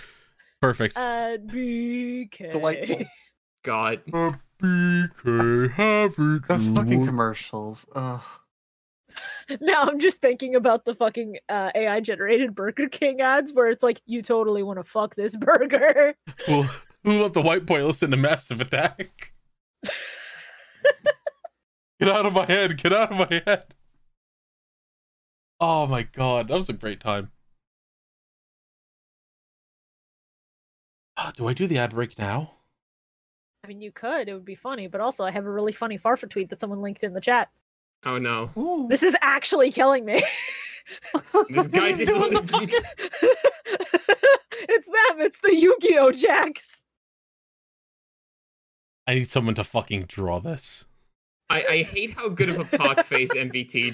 Perfect. uh bk Delightful. God. Uh, BK, have it. Those fucking your commercials. Ugh. now i'm just thinking about the fucking uh, ai generated burger king ads where it's like you totally want to fuck this burger Well, who let the white boy listen to Massive (laughs) Attack? Get out of my head! Get out of my head! Oh my god, that was a great time. Ah, (sighs) Do I do the ad break now? i mean you could it would be funny but also i have a really funny farfa tweet that someone linked in the chat Oh no. Ooh. This is actually killing me. (laughs) This guy just Doing the wanted- it's them. It's the Yu-Gi-Oh jacks. I need someone to fucking draw this. I, I hate how good of a pockface MVT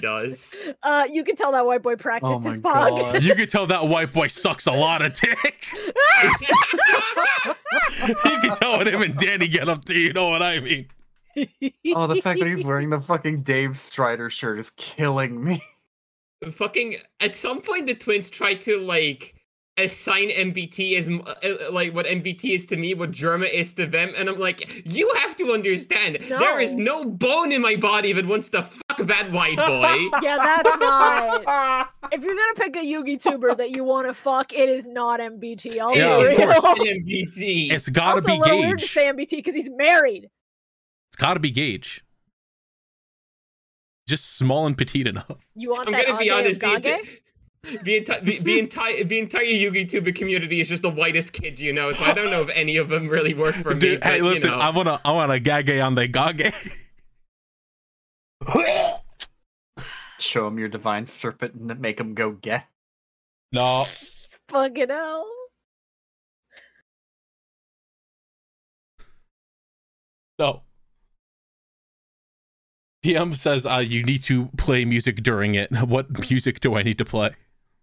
(laughs) does. Uh, you can tell that white boy practiced my his pog. (laughs) God. You can tell that white boy sucks a lot of dick. (laughs) you can tell when him and Danny get up to. You know what I mean? Oh, the fact (laughs) that he's wearing the fucking Dave Strider shirt (laughs) is killing me. Fucking at some point the twins tried to like assign MBT as m- uh, like what MBT is to me, what Germa is to them, and I'm like, you have to understand, there is no bone in my body that wants to fuck that (laughs) white boy. (laughs) Yeah, that's not. If you're gonna pick a Yugi tuber that you want to fuck, it is not MBT. (laughs) I'll Yeah, be of It is real. course. an MBT. It's gotta also, be a little weird to Gage. say MBT because he's married. It's gotta be Gage. Just small and petite enough. You want I'm that? gonna be Age honest. The, of Gage? enti- the, enti- the, the entire the entire Yugi tuber community is just the whitest kids you know, so I don't know if any of them really work (laughs) for me. Dude, but, hey, listen, you know. I wanna I wanna gage on the gage. Show him your divine serpent and make him go get. (laughs) no. Fucking hell. No. PM says uh, you need to play music during it. (laughs) What music do I need to play?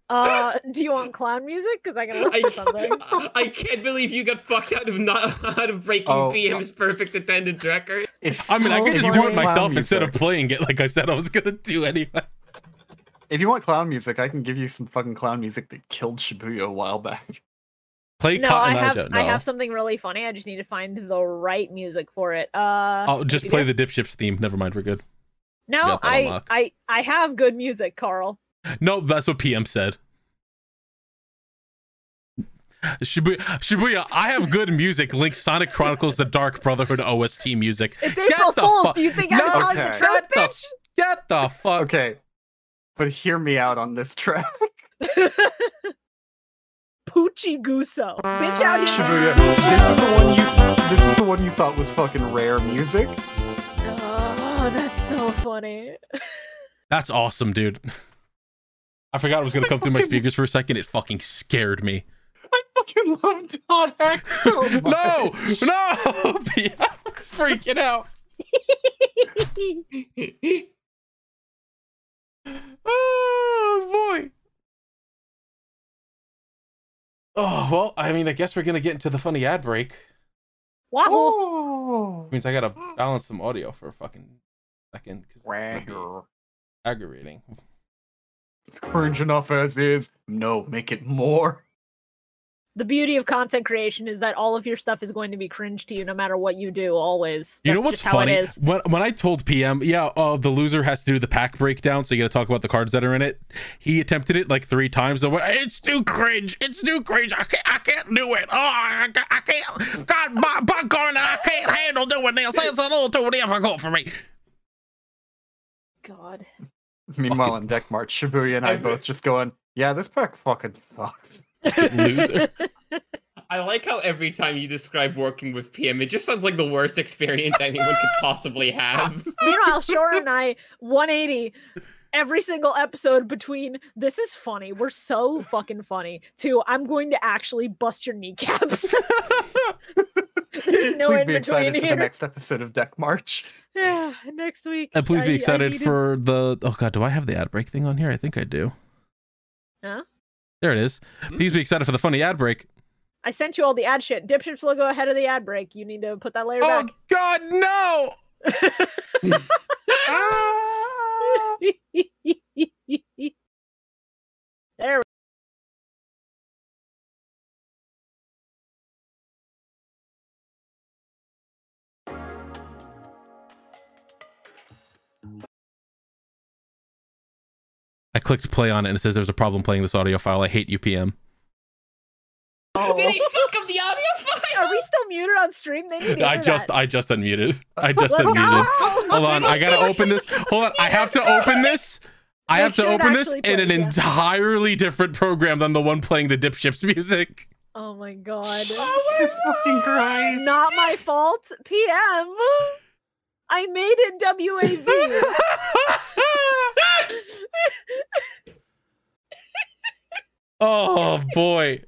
Uh, do you want clown music? Because I can look for something. I, (laughs) I can't believe you got fucked out of not (laughs) out of breaking Oh. PM's perfect attendance record. It's I mean, I so could just do boring. it Clown myself Clown instead of music. playing it like I said I was gonna do anyway. If you want clown music, I can give you some fucking clown music that killed Shibuya a while back. (laughs) Play No, I Cotton have Eye Joe. I No. have something really funny. I just need to find the right music for it. Uh, I'll just play the Dip Ships theme. Never mind, we're good. no, got that I, unlocked. I I have good music, Carl. No, that's what PM said. Shibuya, Shibuya, I have good music. Link Sonic Chronicles: The Dark Brotherhood OST music. It's Get April the Fools. fu- Do you think I'm No, telling okay. the truth, Get the bitch? Get the fuck. Okay, but hear me out on this track. (laughs) Poochie Guso. Bitch out here. Shibuya, this is the one you this is the one you thought was fucking rare music. (laughs) Oh, that's so funny. (laughs) That's awesome, dude. I forgot it was gonna come through my speakers for a second. It fucking scared me. I fucking love Don X so (laughs) much. No, no, (laughs) PM was freaking out. Oh boy. Oh well, I mean, I guess we're gonna get into the funny ad break. Wahoo. Oh. means I gotta balance some audio for a fucking second because Wagger. aggravating. It's cringe enough as is. No, make it more. (laughs) The beauty of content creation is that all of your stuff is going to be cringe to you no matter what you do, always. You know That's what's just how it funny? is. When when I told PM, yeah, uh, the loser has to do the pack breakdown, so you gotta talk about the cards that are in it. He attempted it like three times. And went, it's too cringe. It's too cringe. I can't. I can't do it. Oh, I, ca- I can't. God, my popcorn. I can't handle doing this. It's a little too difficult for me. God. Meanwhile, in Deck March, Shibuya and I I've- both just going, yeah, this pack fucking sucks. Loser. I like how every time you describe working with PM, it just sounds like the worst experience anyone could possibly have. (laughs) Meanwhile, Shora and I 180 every single episode between this is funny, we're so fucking funny, to I'm going to actually bust your (laughs) kneecaps. There's no Please in be between excited for the here. next episode of Deck March. Yeah, (sighs) next week. (laughs) And please I- be I excited need it. for the. Oh god, do I have the ad break thing on here? I think I do. Huh? There it is. Please be excited for the funny ad break. I sent you all the ad shit. Dipshits logo ahead of the ad break. You need to put that layer Oh back. god, no! Oh. (laughs) there. we- I clicked play on it and it says there's a problem playing this audio file. I hate UPM. (laughs) Oh. Did he think of the audio Are we still muted on stream? They need to I hear just that. I just unmuted. (laughs) I just Let's unmuted. go! Hold on, I (laughs) gotta open this. Hold on, I have to open this. I Make have to sure it open this actually in an plays, yeah. entirely different program than the one playing the Dip Ships music. Oh my god. it's fucking Christ. Not my fault. PM. (gasps) I made it WAV. oh boy.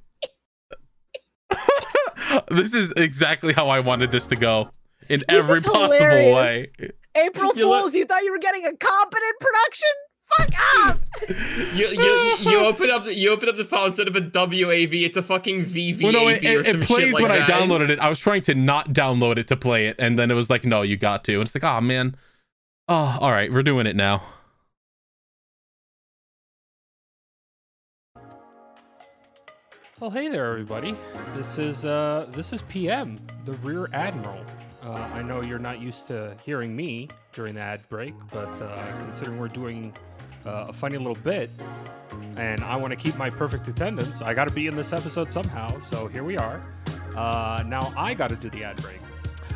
(laughs) this is exactly how I wanted this to go. In This every is possible hilarious. way. April You look- Fools, you thought you were getting a competent production? Fuck off! file? (laughs) You, you, you open up the, you open up the file instead of a WAV, it's a fucking VVAV Well, no, it, or it, some it plays shit like when that. I downloaded it. I was trying to not download it to play it, and then it was like, no, you got to. And it's like, oh man. Oh, all right, we're doing it now. Well, hey there, everybody. This is uh, this is PM, the Rear Admiral. Uh, I know you're not used to hearing me during the ad break, but uh, considering we're doing uh, a funny little bit, and I want to keep my perfect attendance, I got to be in this episode somehow. So here we are. Uh, now I got to do the ad break.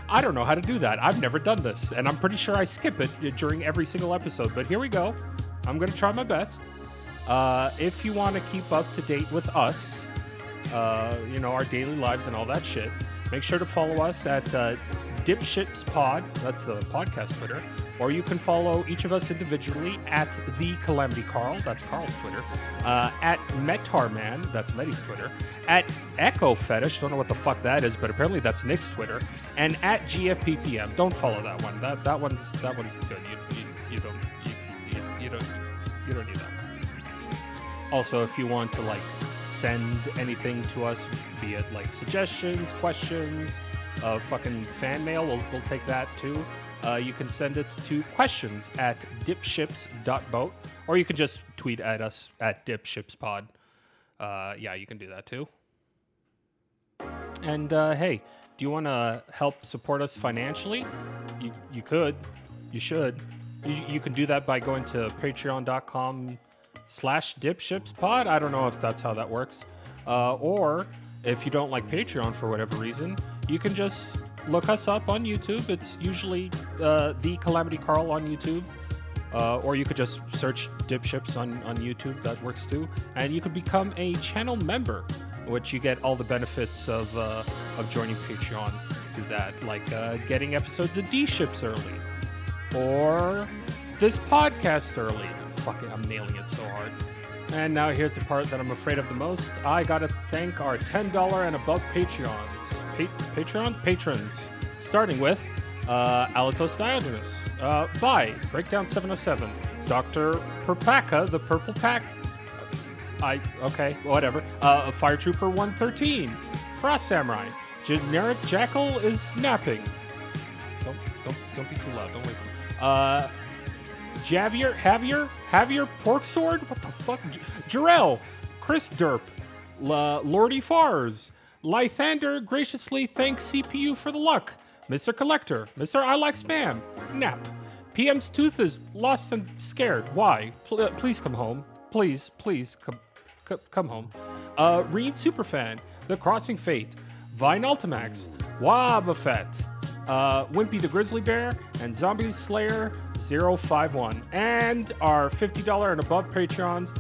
I don't know how to do that. I've never done this, and I'm pretty sure I skip it during every single episode. But here we go. I'm gonna try my best. Uh, if you want to keep up to date with us, uh, you know, our daily lives and all that shit, make sure to follow us at uh, Dipshits Pod. That's the podcast Twitter. Or you can follow each of us individually at The Calamity Carl. That's Carl's Twitter. Uh, at Metarman. That's Medi's Twitter. At Echo Fetish. Don't know what the fuck that is, but apparently that's Nick's Twitter. And at GFPPM. Don't follow that one. That that one's that one's good. You, you, you don't you, you, you don't you don't need that. Also, if you want to like send anything to us, be it like suggestions, questions, uh, fucking fan mail, we'll, we'll take that too. Uh, you can send it to questions at dipships.boat, or you can just tweet at us at dipshipspod. Uh, yeah, you can do that too. And uh, hey, do you want to help support us financially? You, you could, you should. You, you can do that by going to patreon.com slash dipshipspod. I don't know if that's how that works. Uh, or if you don't like Patreon for whatever reason, you can just look us up on YouTube. It's usually uh, The Calamity Carl on YouTube. Uh, or you could just search dipships on, on YouTube. That works too. And you could become a channel member, which you get all the benefits of, uh, of joining Patreon through that, like uh, getting episodes of D Ships early or this podcast early. Fuck it, I'm nailing it so hard. And now here's the part that I'm afraid of the most. I gotta thank our $10 and above Patreons. Pa- Patreon? Patrons. Starting with uh, Alatos Diogenes, uh, By, Breakdown 707, Dr. Perpaka, the Purple Pack, I okay, whatever. Uh, Fire Trooper 113, Frost Samurai, Generic Jackal is napping. Don't don't don't be too loud. Don't wake him. Uh, Javier, Javier, Javier Pork Sword. What the fuck? J- Jarrell, Chris Derp, La- Lordy Fars, Lythander graciously thanks CPU for the luck. Mr. Collector, Mr. I like spam. Nap. PM's tooth is lost and scared. Why? Pl- uh, please come home. Please, please come, c- come home. Uh, Reed Superfan, The Crossing Fate, Vine Ultimax, Wabafet, uh, Wimpy the Grizzly Bear, and Zombie Slayer 051. And our $50 and above Patreons,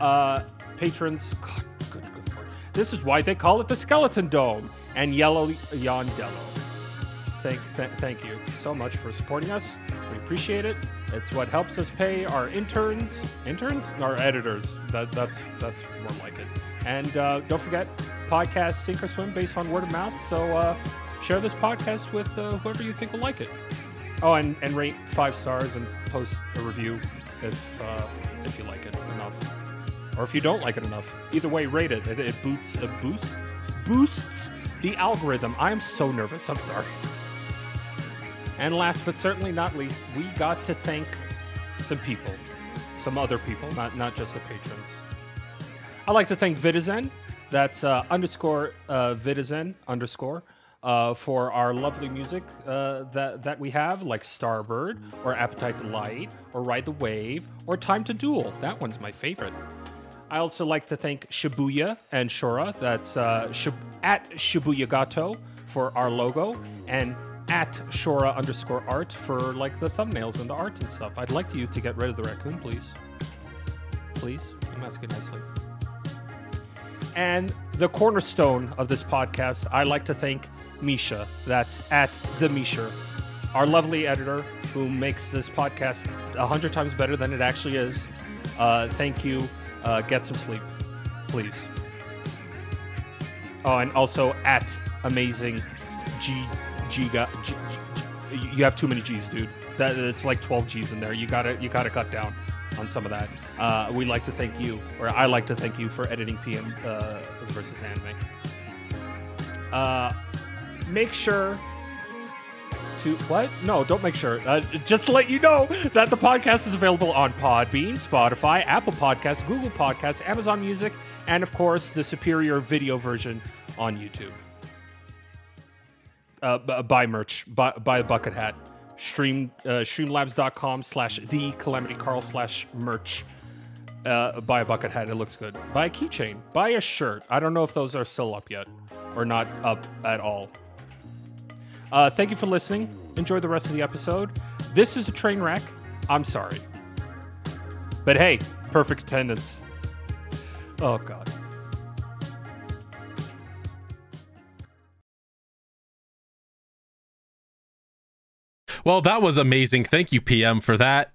uh, patrons. God, good, good lord. This is why they call it the Skeleton Dome and Yellow Yondello thank, th- thank you so much for supporting us. We appreciate it. It's what helps us pay our interns, interns, our editors. That, that's that's more like it. And uh, don't forget, podcast sink or swim based on word of mouth. So uh, share this podcast with uh, whoever you think will like it. Oh, and, and rate five stars and post a review if uh, if you like it enough or if you don't like it enough. Either way, rate it. It, it boots a boost boosts the algorithm. I am so nervous. I'm sorry. And last but certainly not least, we got to thank some people, some other people, not not just the patrons. I'd like to thank Vitizen. That's uh, underscore uh, Vitizen underscore uh, for our lovely music uh, that that we have, like Starbird or Appetite to Light or Ride the Wave or Time to Duel. That one's my favorite. I also like to thank Shibuya and Shora. That's uh, Shib- at Shibuya Gato for our logo and at Shora underscore art for like the thumbnails and the art and stuff. I'd like you to get rid of the raccoon, please. Please, I'm asking nicely. And the cornerstone of this podcast, I like to thank Misha. That's at the Misha, our lovely editor who makes this podcast a hundred times better than it actually is. Uh, thank you. Uh, get some sleep, please. Oh, and also at amazing G G, G, G, G- You have too many G's, dude. That it's like 12 G's in there. You gotta you gotta cut down on some of that. Uh, we like to thank you, or I like to thank you for editing PM uh, versus anime. Uh, make sure to what? No, don't make sure. Uh, just to let you know that the podcast is available on Podbean, Spotify, Apple Podcasts, Google Podcasts, Amazon Music, and of course the superior video version on YouTube. Uh, b- buy merch, buy, buy a bucket hat. Stream uh, streamlabs.com slash the calamity carl slash merch. Uh, buy a bucket hat. It looks good. Buy a keychain. Buy a shirt. I don't know if those are still up yet or not up at all. Uh, thank you for listening. Enjoy the rest of the episode. This is a train wreck. I'm sorry. But hey, perfect attendance. Oh, God. Well, that was amazing. Thank you, PM, for that.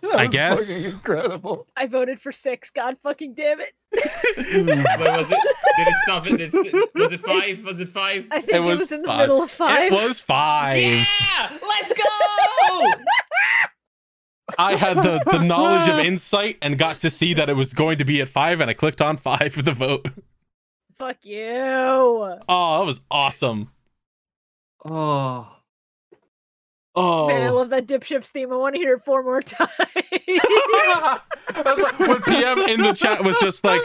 That I was guess. fucking incredible. I voted for six. God fucking damn it! Wait, was it? Did it stop? It? Did it, was it five? Was it (laughs) five? I think it was, was in the five. middle of It five. (laughs) was five. Yeah! Let's go! I had the, (laughs) the knowledge of insight and got to see that it was going to be at five, and I clicked on five for the vote. (laughs) Fuck you. Oh, that was awesome. Oh, Oh. Man, I love that dipships theme. I want to hear it four more (laughs) times. That's what- when PM (laughs) in the chat was just like,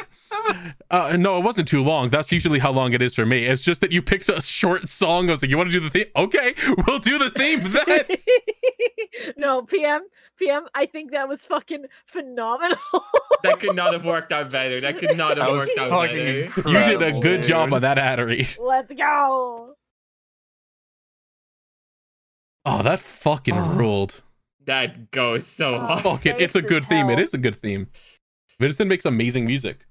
uh, no, it wasn't too long. That's usually how long it is for me. It's just that you picked a short song. I was like, you want to do the theme? Okay, (laughs) we'll do the theme (laughs) then. no, PM, PM. I think that was fucking phenomenal. (laughs) That could not have worked out better. That could not that have was worked out fucking better. You incredible. did a good dude. job (laughs) on that, Addery. Let's go. Oh, that fucking Oh. ruled. That goes so Oh. hard. Fuck it. It's a Nice as good theme. It hell. is a good theme. Vincent makes amazing music.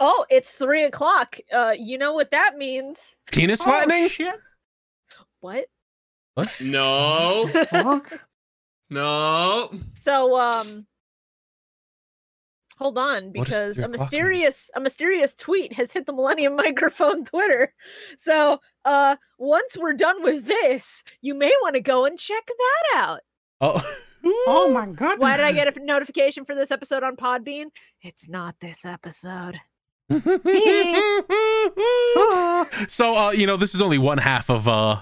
Oh, it's three o'clock. Uh, you know what that means? Penis Oh, flattening? shit. What? (laughs) No, Fuck. no. So, um, hold on, What is because three a o'clock mean? mysterious a mysterious tweet has hit the Millennium (laughs) Microphone Twitter. So, uh, once we're done with this, you may want to go and check that out. Oh. (laughs) Oh my god. Why did I get a notification for this episode on Podbean? It's not this episode. (laughs) so uh you know this is only one half of uh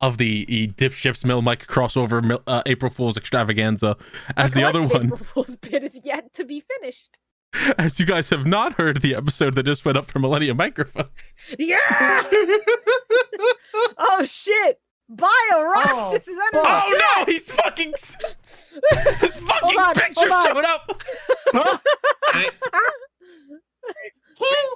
of the e dipships mill mike crossover Mil- uh, april fool's extravaganza as the other Collective (laughs) one (laughs) April Fool's bit is yet to be finished. as you guys have not heard the episode that just went up for millennium microphone Yeah! (laughs) oh shit! Bio Rocks! Oh, this is fuck. enemy. oh no he's fucking (laughs) his fucking on, picture hold on. showed up Oh,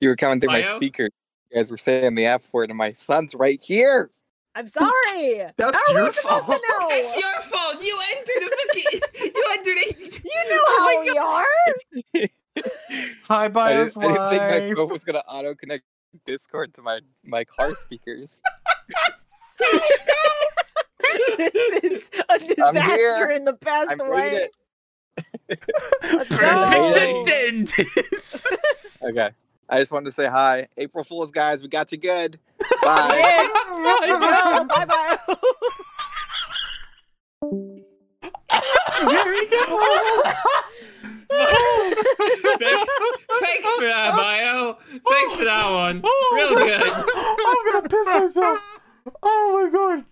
You were coming through my Bio? speaker. You guys were saying the app for it, and my son's right here. I'm sorry. That's How are we your supposed fault. to know? (laughs) It's your fault. You entered the fucking. (laughs) You entered it. You know Oh how my we are. (laughs) Hi, I Bio's didn't, I didn't think my wife. phone was gonna auto connect Discord to my my car speakers. this is a disaster here. in the best I'm way. ready Let's go. perfect (laughs) attendance Okay, I just wanted to say hi, April Fools guys. We got you good. Bye. (laughs) Yeah. Let's go. Bye bye. There we go. thanks, thanks for that, Bio. Thanks for that one. Real good. (laughs) i'm gonna piss myself oh my god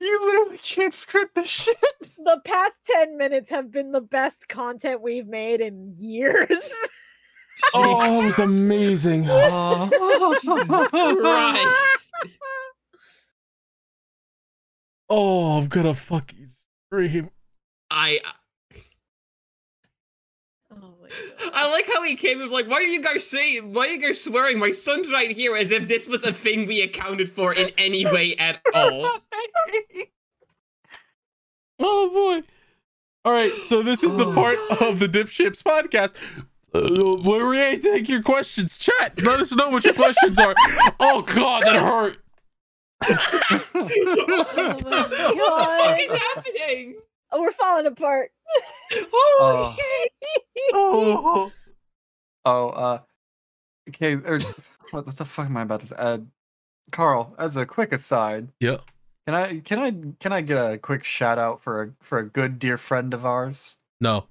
You literally can't script this shit. (laughs) the past 10 minutes have been the best content we've made in years. (laughs) oh it was amazing (laughs) Christ. Oh, I'm gonna fucking scream. I oh my god. I like how he came in like, why are you guys saying, why are you guys swearing? My son's right here, as if this was a thing we accounted for in any way at all. Oh boy. All right, so this is the part Oh. of the Dipships podcast uh, where we take your questions. Chat, let us know what your questions (laughs) are. Oh god, that hurt. (laughs) (laughs) (laughs) Oh what my the fuck god. is happening? Oh, we're falling apart. Holy Oh. shit! Oh. Oh, uh, okay. Or, what the fuck am I about to say? Uh, Carl, as a quick aside, Yeah. can I can I can I get a quick shout out for a for a good dear friend of ours? No.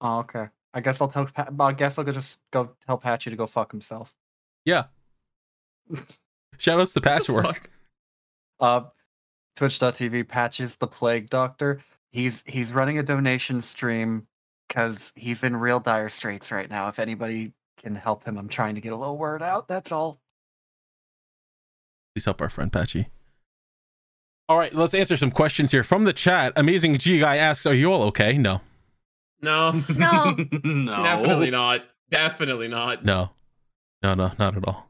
Oh, okay. I guess I'll tell. Pa- I guess I'll just go tell Patchy to go fuck himself. Shout outs to Patchwork. fuck? Uh, Twitch.tv Patches the Plague Doctor. He's he's running a donation stream because he's in real dire straits right now. If anybody can help him, I'm trying to get a little word out. That's all. Please help our friend Patchy. All right, let's answer some questions here from the chat. Amazing G guy asks, "Are you all okay?" No, No, No. no. definitely not. Definitely not. no, no, no, not at all.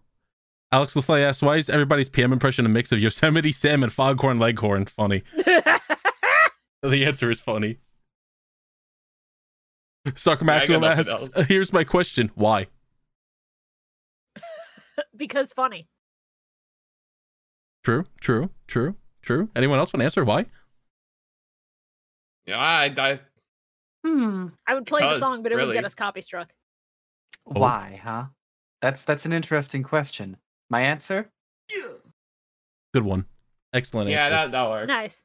Alex LaFlay asks, "Why is everybody's PM impression a mix of Yosemite Sam and Foghorn Leghorn?" Funny. (laughs) The answer is funny. Soccer Yeah, I got Maximum nothing asks, else. (laughs) "Here's my question: Why?" (laughs) because funny. True, true, true, true. Anyone else want to answer why? Yeah, I, I, Hmm. I would play the Because, song, but it would really. get us copy struck. Oh. Why, huh? That's that's an interesting question. My answer? Good one. Excellent yeah, answer. that that works. Nice.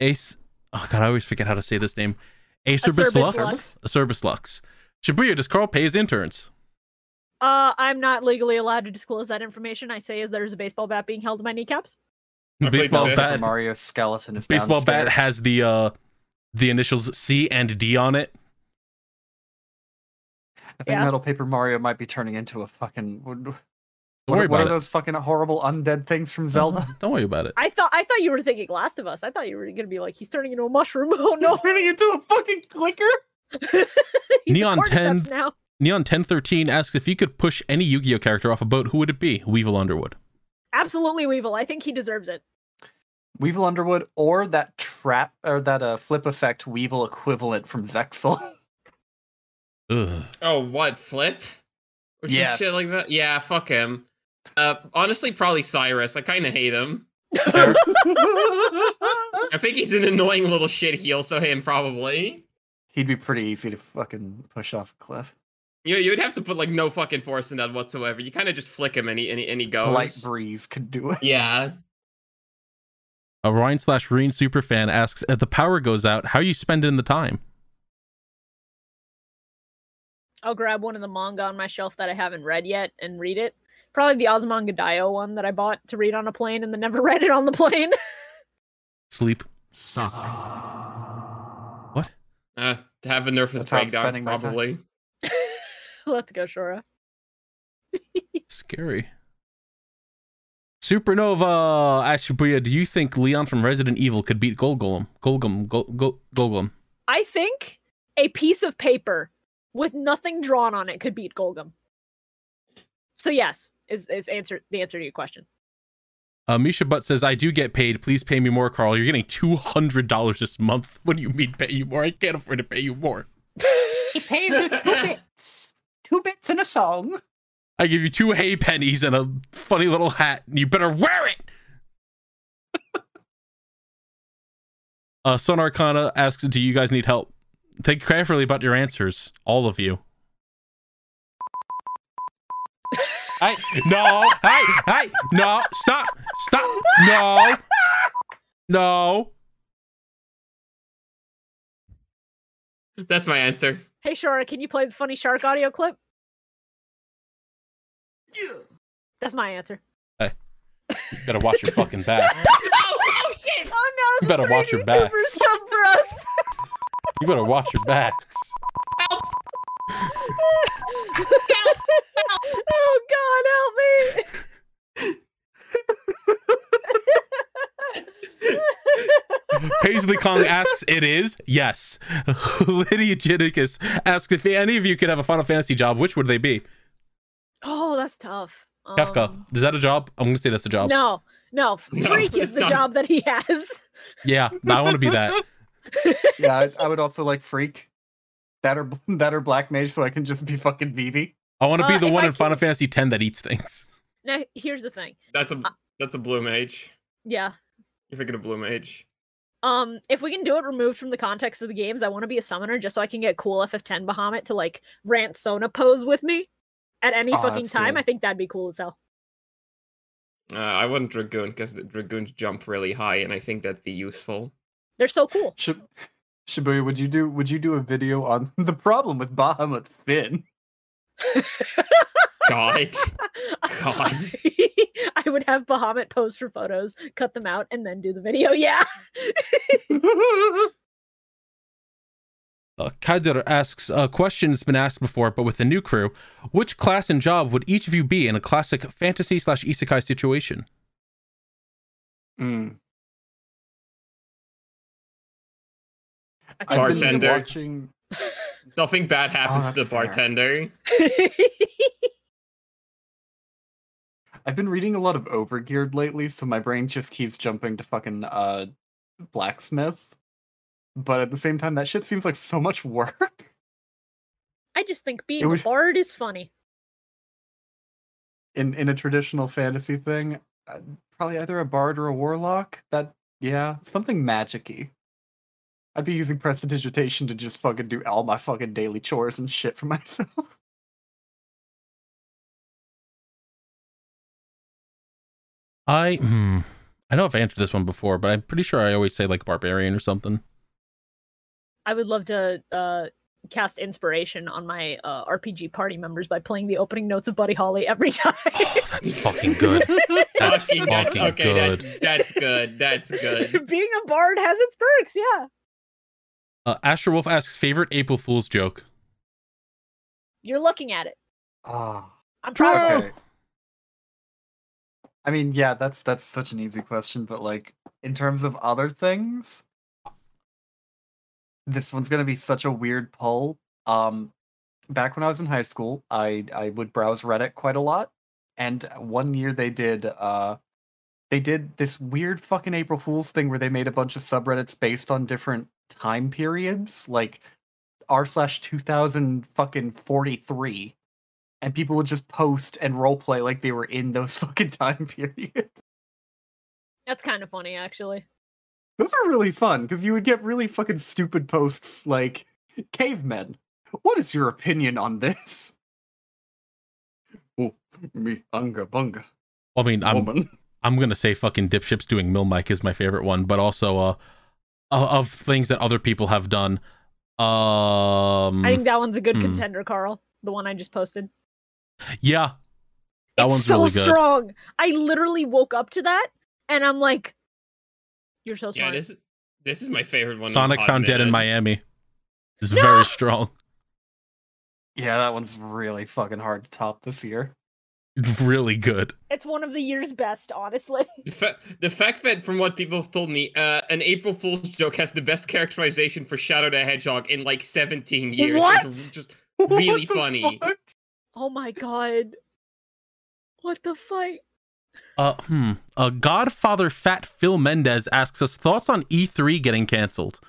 Ace. Oh god, I always forget how to say this name. Acerbus Acerbus Lux. Lux. Acerbus Lux. Shibuya, does Carl pay his interns? Uh, I'm not legally allowed to disclose that information. I say is there's a baseball bat being held in my kneecaps. I played Baseball the bat. Mario's skeleton is Baseball bat downstairs. has the uh the initials C and D on it. I think Yeah. Metal Paper Mario might be turning into a fucking. What, Don't worry what are about it. those fucking horrible undead things (laughs) from Zelda? Don't worry about it. I thought I thought you were thinking Last of Us. I thought you were gonna be like he's turning into a mushroom. (laughs) Oh no, He's turning into a fucking clicker. he's a Neon 10. cordyceps now. Neon ten thirteen asks if you could push any Yu-Gi-Oh character off a boat, who would it be? Weevil Underwood. Absolutely Weevil. I think he deserves it. Weevil Underwood, or that trap, or that uh, flip effect Weevil equivalent from (laughs) Zexel. Ugh. Oh, what flip? Or some Yes. shit like that. Yeah, fuck him. Uh, honestly, probably Cyrus. I kind of hate him. I think he's an annoying little shit heel, so him probably. He'd be pretty easy to fucking push off a cliff. You you'd have to put like no fucking force in that whatsoever. You kind of just flick him and he and he, and he Oh, goes. Light breeze could do it. yeah. A Ryan slash Reen superfan asks, if the power goes out, how are you spending the time? I'll grab one of the manga on my shelf that I haven't read yet and read it. Probably the Osmanga Daio one that I bought to read on a plane and then never (laughs) read it on the plane. Sleep. Suck. What? Uh, to have a nervous That's how I'm breakdown spending my time. probably. Let's go, Shora. Scary. Supernova Ashibuya, do you think Leon from Resident Evil could beat Golgolum? Golgum, Gol- Gol- Golgolum. I think a piece of paper with nothing drawn on it could beat Golgum. So yes, is is answer the answer to your question. Uh, Misha Butt says, I do get paid. Please pay me more, Carl. You're getting $200 this month. What do you mean pay you more? I can't afford to pay you more. He paid you two bits. Two bits in a song. I give you two hay pennies and a funny little hat, and you better wear it. (laughs) uh, Son Arcana asks, "Do you guys need help? Think carefully about your answers, all of you." Hey, no, hey, hey, no, stop, stop, no, no. That's my answer. Hey Shora, can you play the funny shark audio clip? That's my answer. (laughs) You better watch your fucking back. oh, oh shit! Oh no! You better watch your back. Come for us. You better watch your backs. oh God, help me! Paisley Kong asks, "It is yes." (laughs) Lydia Jidicus asks if any of you could have a Final Fantasy job, which would they be? Oh, that's tough. Kafka, Um, is that a job? I'm gonna say that's a job. No, no. (laughs) No, Freak is it's the not. job that he has. Yeah, I want to be that. yeah, I, I would also like freak. That or (laughs) that or black mage, so I can just be fucking Vivi. I want to be Uh, the if one I in Final can- Fantasy X that eats things. Now, here's the thing. That's a that's a blue mage. Yeah. You're thinking of blue mage. Um, if we can do it removed from the context of the games, I want to be a summoner just so I can get cool FF10 Bahamut to like rant Sona pose with me at any Aw, fucking that's time. good. I think that'd be cool as hell. Uh, I wouldn't dragoon because the dragoons jump really high, and I think that'd be useful. They're (laughs) so cool. (laughs) Shib- Shibuya, would you do would you do a video on (laughs) the problem with Bahamut Finn? (laughs) God. God. I would have Bahamut pose for photos, cut them (laughs) out, and then do the video. Yeah. Uh, Uh, Kadir asks a question that's been asked before, but with the new crew. Which class and job would each of you be in a classic fantasy slash isekai situation? Mm. I I've been Bartender. watching. Nothing bad happens to the Oh, that's fair. bartender. I've been reading a lot of Overgeared lately, so my brain just keeps jumping to fucking uh, blacksmith. But at the same time, that shit seems like so much (laughs) work. (laughs) I just think being It was- a bard is funny. in in a traditional fantasy thing, uh, probably either a bard or a warlock. That yeah, something magicy. I'd be using prestidigitation to just fucking do all my fucking daily chores and shit for (laughs) myself. I hmm, I know I've answered this one before, but I'm pretty sure I always say like barbarian or something. I would love to uh, cast inspiration on my uh, RPG party members by playing the opening notes of Buddy Holly every (laughs) time. Oh, that's fucking (laughs) good. That's Okay, fucking okay, good. that's that's good. That's (laughs) (laughs) good. being a bard has its perks, yeah. Uh, Astro Wolf asks favorite April Fool's joke. You're looking at it. Ah, I'm proud. of you. okay. I mean, yeah, that's that's such an easy question, but like in terms of other things, this one's gonna be such a weird pull. Um, back when I was in high school, I I would browse Reddit quite a lot, and one year they did uh they did this weird fucking April Fools thing where they made a bunch of subreddits based on different time periods, like r slash two thousand fucking forty three, and people would just post and roleplay like they were in those (laughs) fucking time periods. That's kind of funny, actually. Those were really fun because you would get really fucking stupid posts like, "Cavemen, what is your opinion on this?" Oh, me unga bunga Well, I mean, I'm woman. I'm gonna say fucking dipships doing mill mic is my favorite one, but also uh of, of things that other people have done. Um, I think that one's a good Hmm. contender, Carl. The one I just posted. yeah, that it's one's so really good. strong. I literally woke up to that, and I'm like, "You're so Yeah, smart." this this is my favorite one. Sonic I've found dead in admitted. Miami is No! very strong, (laughs) Yeah, that one's really fucking hard to top this year. really good. it's one of the year's best, honestly. (laughs) The, fa- the fact that, from what people have told me, uh, an April Fool's joke has the best characterization for Shadow the Hedgehog in like 17 years. What? It's just- (laughs) What Really the funny. fuck? Oh my god, what the fight? Uh, hmm. Uh, Godfather Fat Phil Mendez asks us thoughts on E3 getting canceled.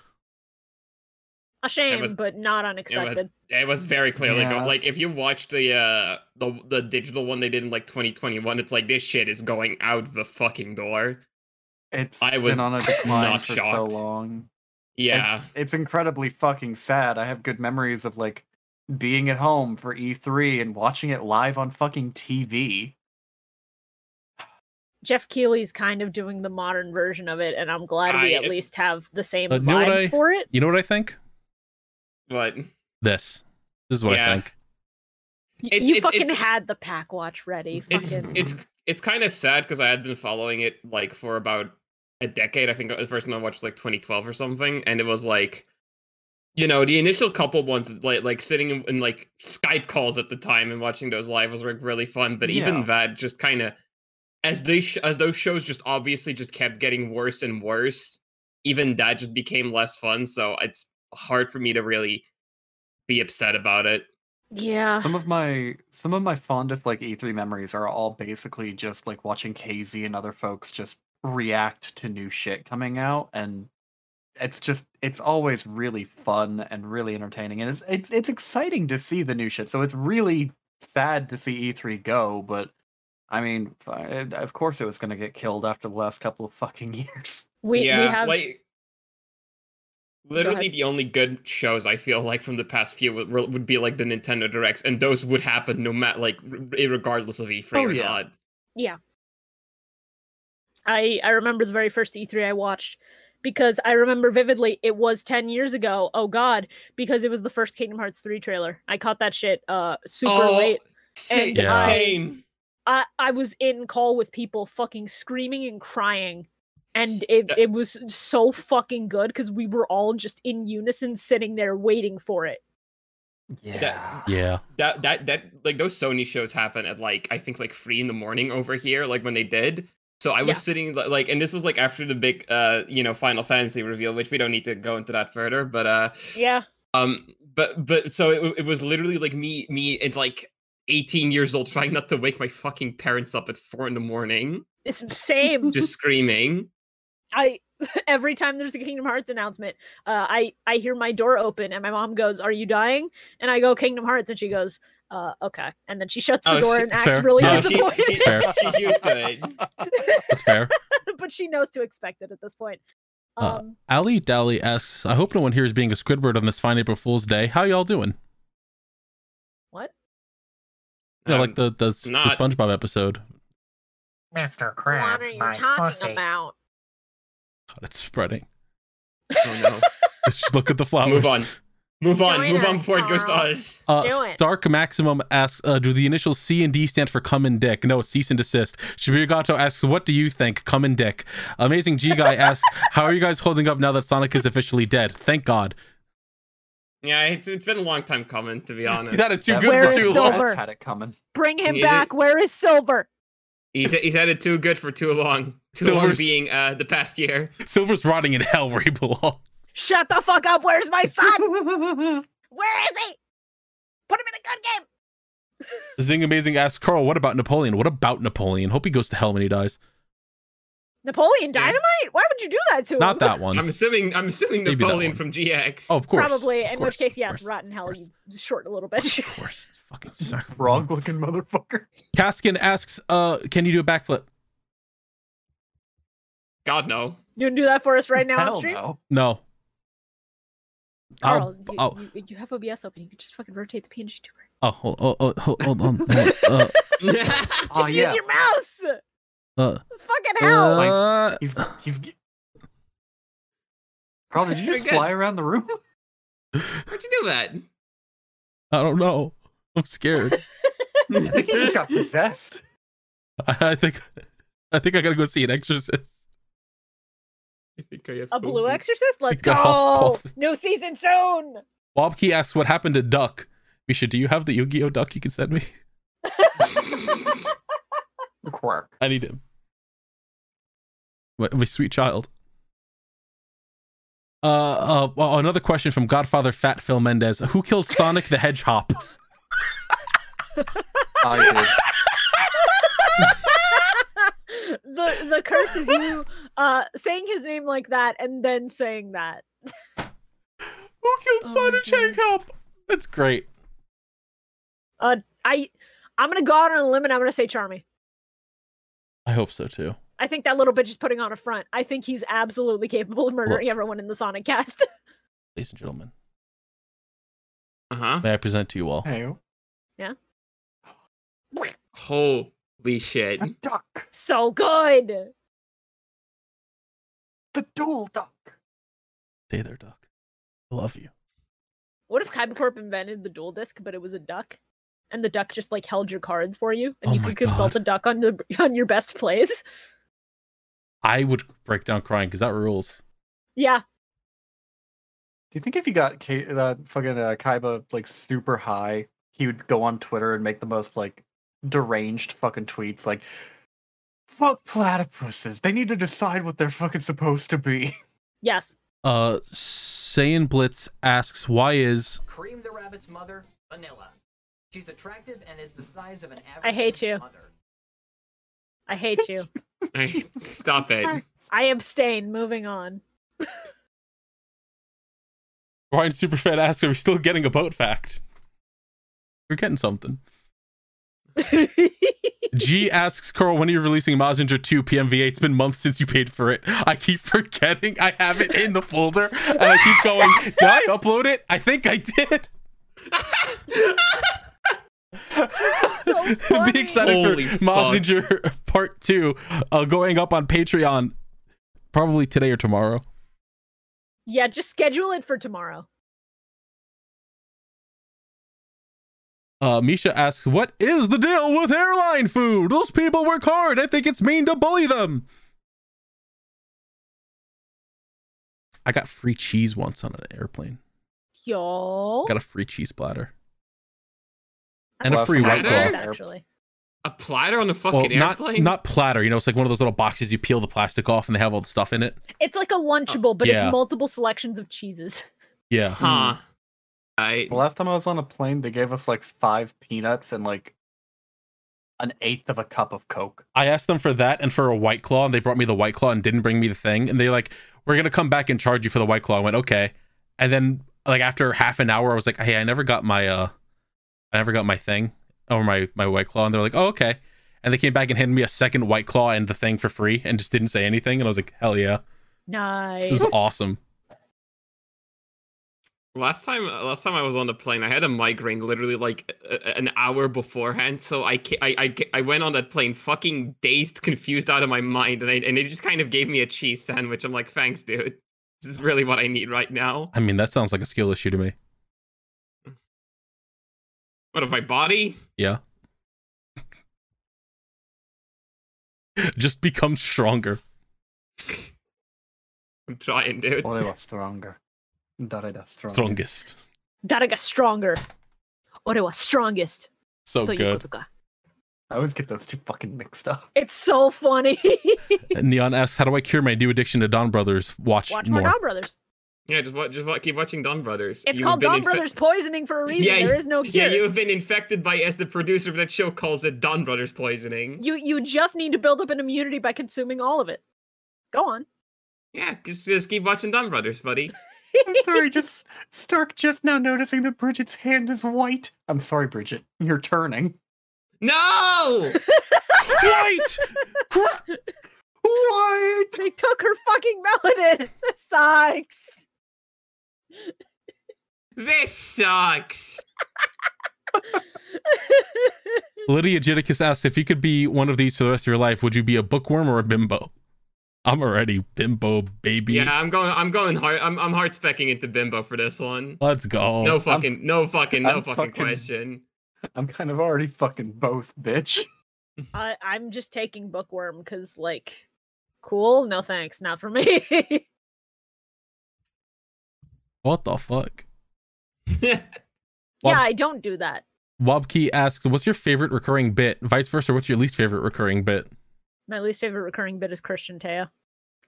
A shame, was- but not unexpected. it was very clearly go- Yeah. like if you watch the uh the, the digital one they did in like 2021, it's like this shit is going out the fucking door. It's I was been on a decline (laughs) not for so shocked. long. Yeah, It's it's incredibly fucking sad. I have good memories of like being at home for E3 and watching it live on fucking TV. Jeff Keighley's kind of doing the modern version of it, and I'm glad we I- at least have the same Uh, you know what vibes I- for it. You know what I think? but This. This is what Yeah. I think. Y- It's- you it's- fucking it's- had the pack watch ready. it's Fucking. it's it's kind of sad because I had been following it like for about a decade. I think the first one I watched was like 2012 or something, and it was like, you know, the initial couple ones, like like sitting in, in like Skype calls at the time and watching those live was like really fun. But Yeah. even that just kind of as they sh- as those shows just obviously just kept getting worse and worse. Even that just became less fun. So it's hard for me to really be upset about it. yeah. some of my some of my fondest like E3 memories are all basically just like watching KZ and other folks just react to new shit coming out and it's just it's always really fun and really entertaining and it's it's it's exciting to see the new shit. So it's really sad to see E3 go, but I mean, fi- of course it was going to get killed after the last couple of fucking (laughs) years. We, we have like literally ahead. the only good shows I feel like from the past few would, would be like the Nintendo Directs, and those would happen no matter like r- regardless of E3 Oh, or yeah. not. I I remember the very first E3 I watched because I remember vividly it was 10 years ago. Oh god, because it was the first Kingdom Hearts 3 trailer. I caught that shit uh super Oh, late. sa- And I- same. I I was in call with people fucking screaming and crying and it, it was so fucking good because we were all just in unison sitting there waiting for it. Yeah. Yeah. that that that like those Sony shows happen at like I think like three in the morning over here, like when they did. So I was Yeah. sitting li- like, and this was like after the big, uh, you know, Final Fantasy reveal, which we don't need to go into that further. But uh, Yeah. um, but but so it, w- it was literally like me me at like 18 years old trying not to wake my fucking parents up at four in the morning, It's (laughs) same. (laughs) just screaming. I (laughs) every time there's a Kingdom Hearts announcement, uh, I I hear my door open and my mom goes, "Are you dying?" And I go, "Kingdom Hearts," and she goes, uh, "Okay." And then she shuts the Oh, door she- and it's acts fair. really No, she's, disappointed, she's, Fair. she's used to it. That's (laughs) fair. (laughs) but she knows to expect it at this point. Um, Uh, Ali Dali asks, I hope no one here is being a Squidward on this fine April Fool's Day. How y'all doing? what? You know, Um, like the, the, the not- SpongeBob episode. Mr. What are Krabs, you my talking pussy. about? God, it's spreading. oh no. Just look at the (laughs) flowers. Move on. Move on. Join Move on us, before it goes to Carl. us. Do Uh, it. Stark Maximum asks, uh, do the initials C and D stand for come and dick? No, it's cease and desist. Shibirigato asks, what do you think? Come and dick. Amazing G (laughs) Guy asks, how are you guys holding up now that Sonic is officially dead? Thank God. Yeah, it's, it's been a long time (laughs) coming, to be honest. He's had it too That- good Where for is too Silver? long. That's had it coming. Bring him Yeah. back. Where is Silver? He's he's had it too good for too long. Too long Silver's- being uh the past year. Silver's rotting in hell where he belongs. Shut the fuck up. Where's (laughs) my son? Where is he? Put him in a gun game. Zing Amazing asks, Carl, what about Napoleon? What about Napoleon? Hope he goes to hell when he dies. Napoleon Yeah. Dynamite? Why would you do that to him? Not that one. I'm assuming I'm assuming Maybe that Napoleon one. from GX. Oh, of course. Probably, Of in course, which case, of yes, course, rotten hell, course. you short little bitch. (laughs) Of course. (laughs) Fucking sacrifice. Wrong looking motherfucker. Caskin asks, uh, can you do a backflip? (laughs) God no. (laughs) You gonna do that for us right now on Hell stream? no. No. Carl, I'll- I'll- you, you, you have OBS open. You can just fucking rotate the PNG tuber. Oh, hold, oh, oh, hold, hold on. hold on. Uh, That's Oh, (laughs) Just use yeah. your mouse. uh, Fucking hell. uh, He's he's. ge- Carl, did you just Again. fly around the (laughs) room? Where'd you do that? I don't know. I'm (laughs) scared. I think he just got possessed. I, I think, I think I gotta go see an exorcist. I think I have A blue X. exorcist? Let's Go. (laughs) go. New season soon. (laughs) Bob Key asks, what happened to Duck? Misha, do you have the Yu-Gi-Oh Duck you can send me? Quirk. I need him. My, my sweet child. Uh, uh, well, another question from Godfather Fat Phil Mendez. Who killed Sonic the (laughs) Hedgehog? I did. the the curse is (laughs) you uh saying his name like that and then saying that. Who killed Oh my Sonic the God. Hedgehog? That's great. I I'm gonna go out on a limb and I'm gonna say Charmy. I hope so too. I think that little bitch is putting on a front. I think he's absolutely capable of murdering everyone in the Sonic cast. (laughs) Ladies and gentlemen, Uh-huh. may I present to you all Hey, Holy shit. the duck. so good. The dual duck. Stay there, Duck. I love you. What if Kybercorp invented the dual disc, but it was a duck? And the duck just like held your cards for you, and Oh you my could consult the duck on the (laughs) on your best plays. I would break down crying because that rules. Yeah, Do you think if you got K- uh, fucking uh, Kaiba like super high, he would go on Twitter and make the most like deranged fucking tweets like, fuck platypuses. They need to decide what they're fucking supposed to be. yes. Uh, Saiyan Blitz asks, why is Cream the rabbit's mother, Vanilla. She's attractive and is the size of an average. I hate you. Mother. I hate you. I- Stop it. (laughs) I abstain. Moving on. (laughs) Ryan Superfan asks, are we still getting a boat fact? We're getting something. G (laughs) asks Carl, when are you releasing Mazinger 2 PMVA? It's been months since you paid for it. I keep (laughs) forgetting I have it in the folder, and I keep (laughs) going, did I upload it? I think I did. (laughs) so funny. Be excited Holy for fuck. Mazinger (laughs) Part 2 uh, going up on Patreon probably today or tomorrow. Yeah, just schedule it for tomorrow. Uh, Misha asks, what is the deal with airline food? Those people work hard. I think it's mean to bully them. I got free cheese once on an airplane. Yo. Got a free cheese platter. I and a love free White that, Claw. Actually. A platter on a fucking well, not airplane? not platter. You know, it's like one of those little boxes you peel the plastic off and they have all the stuff in it. It's like a Lunchable, but Yeah. it's multiple selections of cheeses. (laughs) Yeah. huh. I (laughs) The last time I was on a plane, they gave us like five peanuts and like an eighth of a cup of Coke. I asked them for that and for a white claw, and they brought me the white claw and didn't bring me the thing. And they like, we're gonna come back and charge you for the white claw. I went okay, and then like after half an hour, I was like, hey, I never got my uh, I never got my thing or my my white claw, and they're like, oh okay, and they came back and handed me a second white claw and the thing for free, and just didn't say anything. And I was like, hell yeah, it Nice. was awesome. last time last time I was on the plane, I had a migraine literally like a, a- an hour beforehand. So I, ca- I I ca- I went on that plane fucking dazed, confused out of my mind, and I, and they just kind of gave me a cheese sandwich. I'm like, thanks, dude. This is really what I need right now. I mean, that sounds like a skill issue to me. (laughs) What of my body? Yeah. Just become stronger. I'm trying, dude. Ore was stronger. Dare da stronger. Strongest. Gotta get stronger. Ore wa strongest. So toいう Oh, good. ことか。 I always get those two fucking mixed (laughs) up. It's so funny. (laughs) Neon asks, "How do I cure my new addiction to Don Brothers? Watch, Watch more." more Don Brothers. Yeah, just wa- just wa- keep watching Don Brothers. It's You called have been Don infe- Brothers poisoning for a reason. Yeah, there is no cure. Yeah, you have been infected by, as the producer of that show calls it, Don Brothers poisoning. you you just need to build up an immunity by consuming all of it. Go on. Yeah, just, just keep watching Don Brothers, buddy. (laughs) I'm sorry, just Stark just now noticing that Bridget's hand is white. I'm sorry, Bridget. You're turning. No! Right? Cra- What? They took her fucking melanin. (laughs) That sucks. this sucks. Lydia Jidicus asks, "If you could be one of these for the rest of your life, would you be a bookworm or a bimbo?" I'm already bimbo baby. Yeah, I'm going. I'm going hard. I'm I'm hard specking into Bimbo for this one. Let's go. No fucking. no fucking. No I'm fucking, fucking- question. (laughs) I'm kind of already fucking both, bitch. I, I'm just taking bookworm because, like, cool. No thanks, not for me. (laughs) What the fuck? yeah, Well- I don't do that. Wobkey asks, "What's your favorite recurring bit?" Vice versa, what's your least favorite recurring bit? My least favorite recurring bit is Christian Teo.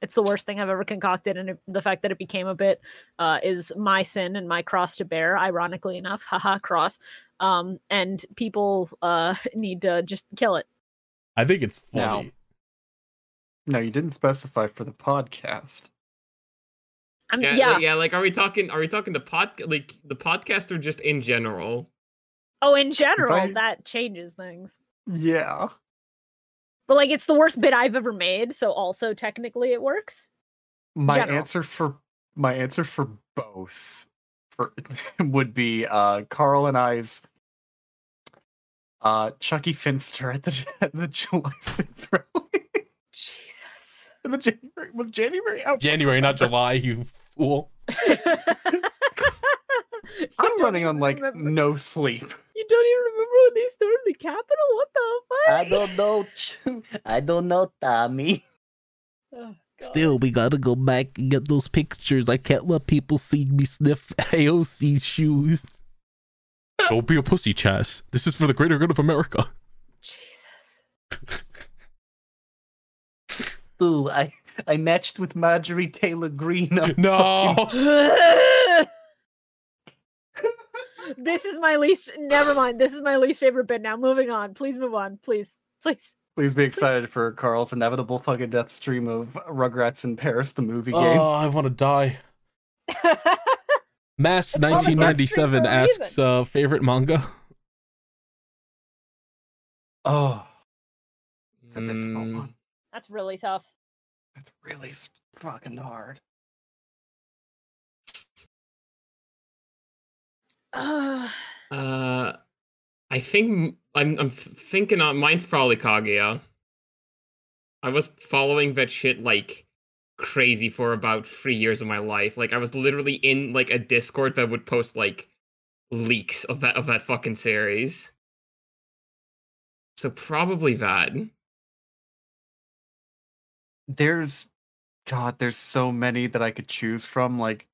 It's the worst thing I've ever concocted, and it, the fact that it became a bit uh, is my sin and my cross to bear. Ironically enough, (laughs) haha, cross. Um, and people uh, (laughs) need to just kill it. I think it's No. funny. No, you didn't specify for the podcast. I'm, Yeah, yeah, like- yeah. Like, are we talking? Are we talking the pod? Like the podcast or just in general? Oh, in general, I- that changes things. Yeah. But like, it's the worst bit I've ever made, so also technically it works. My General. answer for my answer for both for (laughs) would be uh Carl and I's uh Chucky Finster at the (laughs) at the July Synth rally. Jesus. (laughs) (laughs) In the January was January out. January, not July. You (laughs) fool. You I'm don't running even on like remember- no sleep. You don't even remember when they stormed the Capitol? What the fuck? I don't know. I don't know, Tommy. Oh, God. Still, we gotta go back and get those pictures. I can't let people see me sniff (laughs) AOC's shoes. Don't be a pussy, Chaz. This is for the greater good of America. Jesus. Ooh, I, I matched with Marjorie (laughs) Taylor Greene. (laughs) No. this is my least. Never mind. This is my least favorite bit. Now, moving on. Please move on. Please, please. Please be excited for Carl's inevitable fucking death stream of Rugrats in Paris, the movie game. Oh, I want to die. Mass It's called a Dark Street for 1997 a asks uh, favorite manga. Oh, it's a difficult Mm. one. (laughs) That's really (sighs) tough. It's really s- fucking hard. Ugh. Uh, I think I'm I'm thinking on mine's probably Kaguya. I was following that shit like crazy for about three years of my life. Like I was literally in like a Discord that would post like leaks of that of that fucking series. So probably that. There's God, there's so many that I could choose from. Like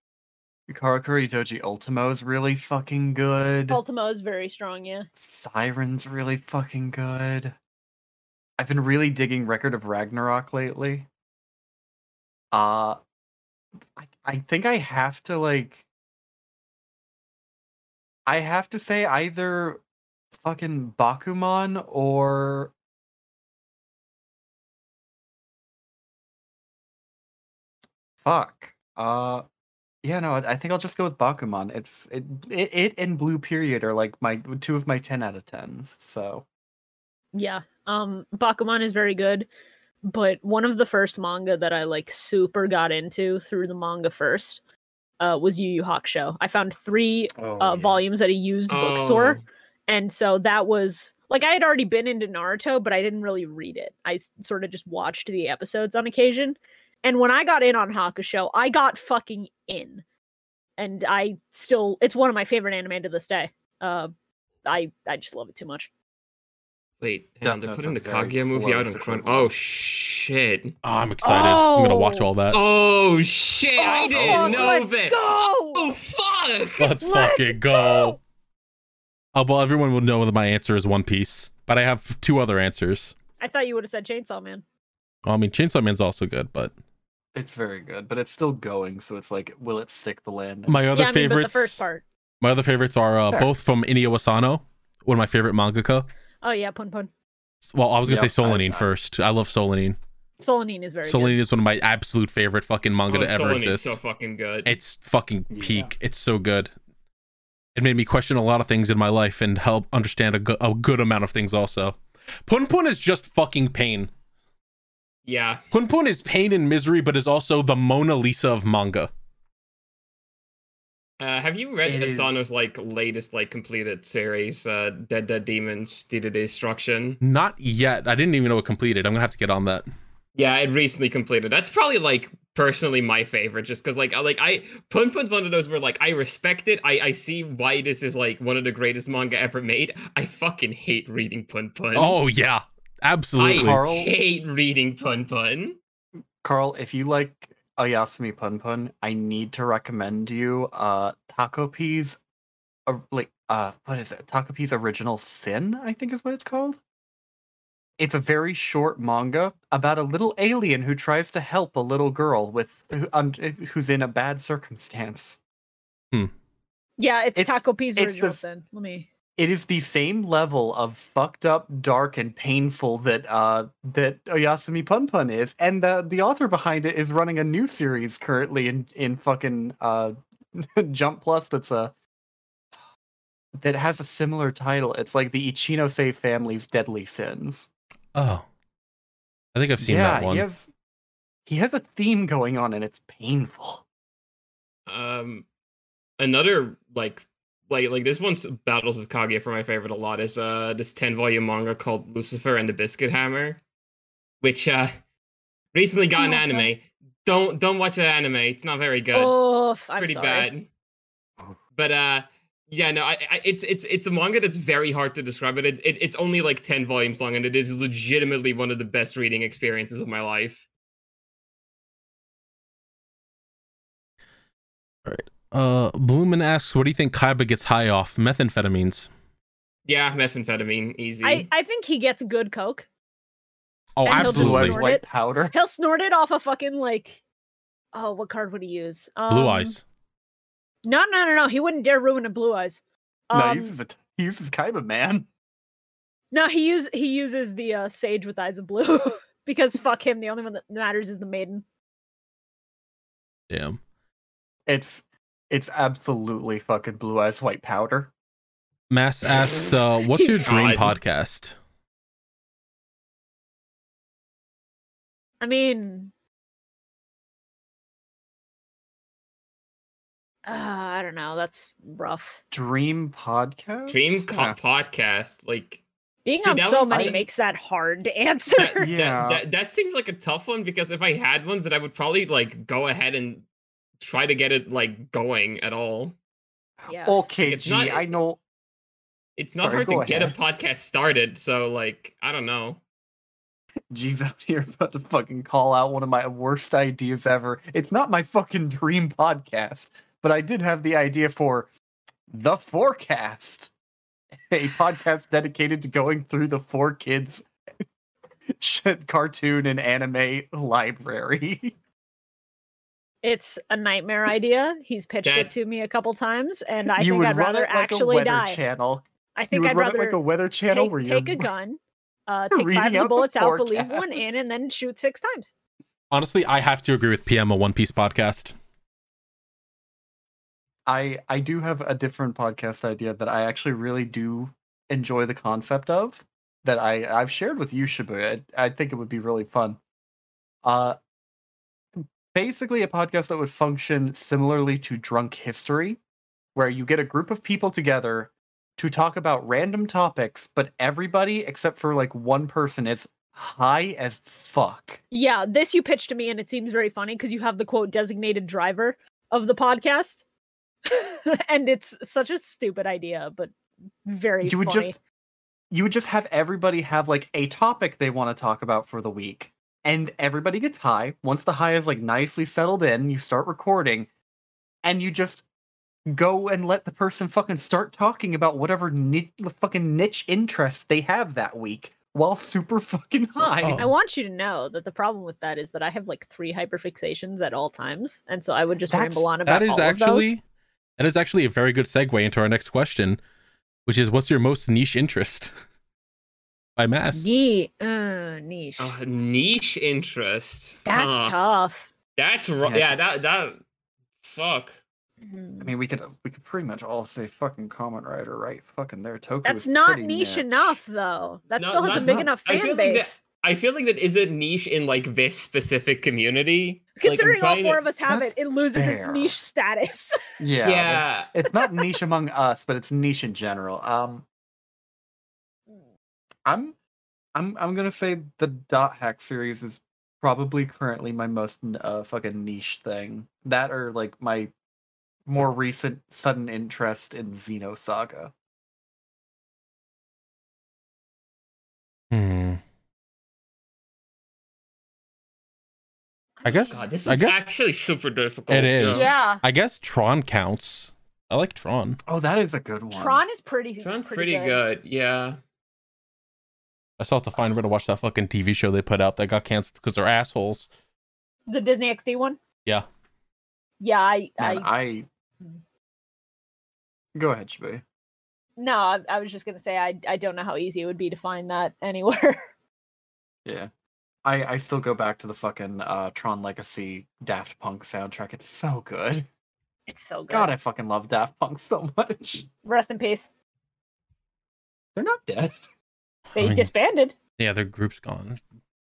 Karakuri Doji Ultimo is really fucking good. Ultimo is very strong, yeah. Siren's really fucking good. I've been really digging Record of Ragnarok lately. Uh I, I think I have to like I have to say either fucking Bakuman or fuck. Uh yeah, no, I I think I'll just go with Bakuman. It's it it, it and Blue Period are like my two of my 10 out of 10s. So Yeah. Um Bakuman is very good, but one of the first manga that I like super got into through the manga first uh was Yu Yu Hakusho. I found 3 oh, uh, volumes at a used bookstore. Oh. And so that was like I had already been into Naruto, but I didn't really read it. I sort of just watched the episodes on occasion. And when I got in on Hakusho, I got fucking in. And I still it's one of my favorite anime to this day. Uh I I just love it too much. Wait, hang Death on, they're Note's putting a the very Kaguya movie out in close front. equivalent. Oh shit! Oh, I'm excited. I'm gonna watch all that. Oh shit! I Oh, didn't fuck, know let's that. Go! Oh fuck! Let's, Let's fucking go. Oh, well, everyone will know that my answer is One Piece, but I have two other answers. I thought you would have said Chainsaw Man. Well, I mean, Chainsaw Man's also good, but It's very good, but it's still going, so it's like, will it stick the landing? my other yeah, I mean, but the favorites. first part. My other favorites are uh, Fair. both from Inio Asano, one of my favorite mangaka. Oh yeah, Pun Pun. Well, I was gonna Yep, say Solanin I- I- first. I love Solanin. Solanine is very Solanin is one of my absolute favorite fucking manga Oh, to ever Solon is exist. so fucking good. it's fucking Yeah. peak. It's so good. It made me question a lot of things in my life and help understand a, go- a good amount of things also. Pun Pun is just fucking pain. yeah. Pun Pun is pain and misery, but is also the Mona Lisa of manga. Uh, have you read It is- Asano's like latest like completed series, uh, Dead Dead Demons: Did of Destruction? Not yet. I didn't even know it completed. I'm gonna have to get on that. Yeah, it recently completed. That's probably like personally my favorite, just because like I like I Pun Pun's one of those where like I respect it. I I see why this is like one of the greatest manga ever made. I fucking hate reading Pun Pun. Oh yeah, I absolutely. Carl- hate reading Pun Pun. Carl, if you like Oyasumi Pun Pun, I need to recommend you uh Taco Peas uh, like uh what is it? Taco Peas Original Sin, I think is what it's called. It's a very short manga about a little alien who tries to help a little girl with who, un, who's in a bad circumstance. good. Yeah, it's, it's- Taco P's it's original this- sin. Let me it is the same level of fucked up, dark, and painful that uh that Oyasumi Pun Pun is, and the the author behind it is running a new series currently in in fucking uh (laughs) Jump Plus. That's a that has a similar title. It's like the Ichinose family's deadly sins. oh, I think I've seen yeah, that one. he has he has a theme going on, and it's painful. Um, another like like like this one's Battles of Kaguya for my favorite a lot is uh this ten volume manga called Lucifer and the Biscuit Hammer, which uh recently got an Okay. anime. Don't don't watch that anime. It's not very good. Oh, I'm pretty sorry. bad. But uh, yeah, no, I, I, it's it's it's a manga that's very hard to describe. But it, it it's only like ten volumes long, and it is legitimately one of the best reading experiences of my life. Uh, Bloomin asks, "What do you think Kaiba gets high off? Methamphetamines." Yeah, methamphetamine, easy. I, I think he gets good coke. Oh, And he'll just Blue absolutely. eyes snort white it. (laughs) powder. He'll snort it off a fucking like oh, what card would he use? Um, Blue eyes. No, no, no, no. He wouldn't dare ruin a blue eyes. Um, no, he uses a t- he uses Kaiba man. no, he use he uses the uh, sage with eyes of blue (laughs) because fuck him. The only one that matters is the maiden. Damn. It's it's absolutely fucking blue eyes white powder. Mass asks, uh, "What's your dream God. podcast?" I mean, uh, I don't know. That's rough. Dream podcast. Dream (laughs) co- Yeah. podcast, like Being See, on that so one's many like- makes that hard to that, (laughs) answer. that- Yeah. that, that seems like a tough one because if I had one, then I would probably like go ahead and try to get it like going at all. yeah. Okay, It's G. not- I know. It's not Sorry, hard to go get a ahead. podcast started, so like I don't know. G's out here (laughs) about to fucking call out one of my worst ideas ever. It's not my fucking dream podcast, but I did have the idea for The Forecast, a podcast dedicated to going through the four kids (laughs) shit cartoon and anime library. (laughs) It's a nightmare idea. He's pitched That's- it to me a couple times, and I you think would I'd run rather it like a actually weather die. channel. I You think would I'd run rather it like a weather channel where take, you're take (laughs) a gun, uh, take reading five out of the the bullets out, believe one in, forecast. and then shoot six times. Honestly, I have to agree with PM a One Piece podcast. I I do have a different podcast idea that I actually really do enjoy the concept of that I I've shared with you Shibuya. I, I think it would be really fun. Uh basically a podcast that would function similarly to Drunk History where you get a group of people together to talk about random topics but everybody except for like one person is high as fuck. Yeah, this you pitched to me, and it seems very funny because you have the quote designated driver of the podcast, (laughs) and it's such a stupid idea, but very. you would funny. just you would just have everybody have like a topic they want to talk about for the week and everybody gets high once the high is like nicely settled in you start recording and you just go and let the person fucking start talking about whatever ni- fucking niche interest they have that week while super (laughs) fucking Oh. high I want you to know that the problem with that is that I have like three hyperfixations at all times, and so I would just That's- ramble on about That is all of those. actually that is actually a very good segue into our next question, which is what's your most niche interest? (laughs) By mass. Ye, uh, niche. Oh, Uh, niche interest. That's Huh. tough. That's ro- yeah. That's- That that. Fuck. i Mm. mean we could we could pretty much all say fucking comment writer right fucking there toku That's is not pretty niche enough, though. That No, still has that's a big not- enough I feel fan like that- base. I feel like that is a niche in like this specific community. Considering all four of us have That's it, it loses its fair. niche status. yeah, that's- yeah. it's (laughs) not niche among us, but it's niche in general. Um, I'm, I'm, I'm gonna say the dot hack series is probably currently my most n- uh, fucking niche thing. That or like my more recent sudden interest in Xeno Saga. Hmm. I guess God, this I is guess actually super difficult. It is. Yeah. yeah. I guess Tron counts. I like Tron. Oh, that is a good one. Tron is pretty, Sounds pretty good. Yeah. I still have to find where to watch that fucking TV show they put out that got canceled because they're assholes. The Disney XD one? Yeah. Yeah, I, Man, I Hmm. I... Go ahead, Shibuya. no, I, I was just gonna say I, I don't know how easy it would be to find that anywhere. (laughs) Yeah. I, I still go back to the fucking uh, Tron Legacy Daft Punk soundtrack. It's so good. it's so good. God, I fucking love Daft Punk so much. Rest in peace. (laughs) They're not dead. They I mean- disbanded. Yeah, their group's gone.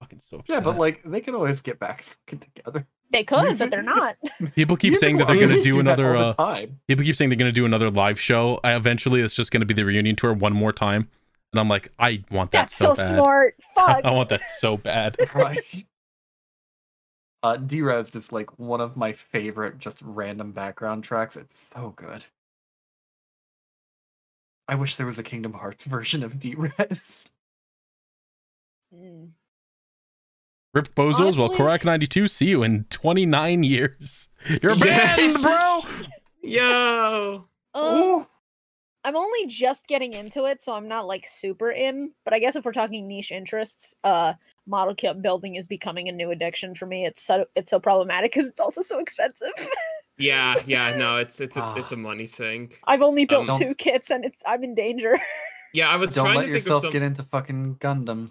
Fucking so upset. Yeah, but like they can always get back fucking together. They could, but Music- (laughs) they're not. people keep Music saying that will they're gonna always do that another. all the Uh, time. (laughs) people keep saying they're gonna do another live show. I, eventually, it's just gonna be the reunion tour one more time, and I'm like, I want that That's so bad. smart. (laughs) Fuck. I want that so bad. Right. uh, Derezed is like one of my favorite just random background tracks. It's so good. I wish there was a Kingdom Hearts (laughs) version of Derezed. Mm. Rip Bozos, well, Honestly- Korak 92, see you in 29 years. (laughs) You're Yeah. banned, bro! (laughs) Yo. Um, Oh, I'm only just getting into it, so I'm not like super in. But I guess if we're talking niche interests, uh, model kit building is becoming a new addiction for me. It's so it's so problematic because it's also so expensive. (laughs) Yeah. (laughs) Yeah. No. It's it's a, Ah. it's a money thing. I've only built Um, two kits, and it's I'm in danger. (laughs) Yeah. I was don't trying let to think of yourself some. get into fucking Gundam.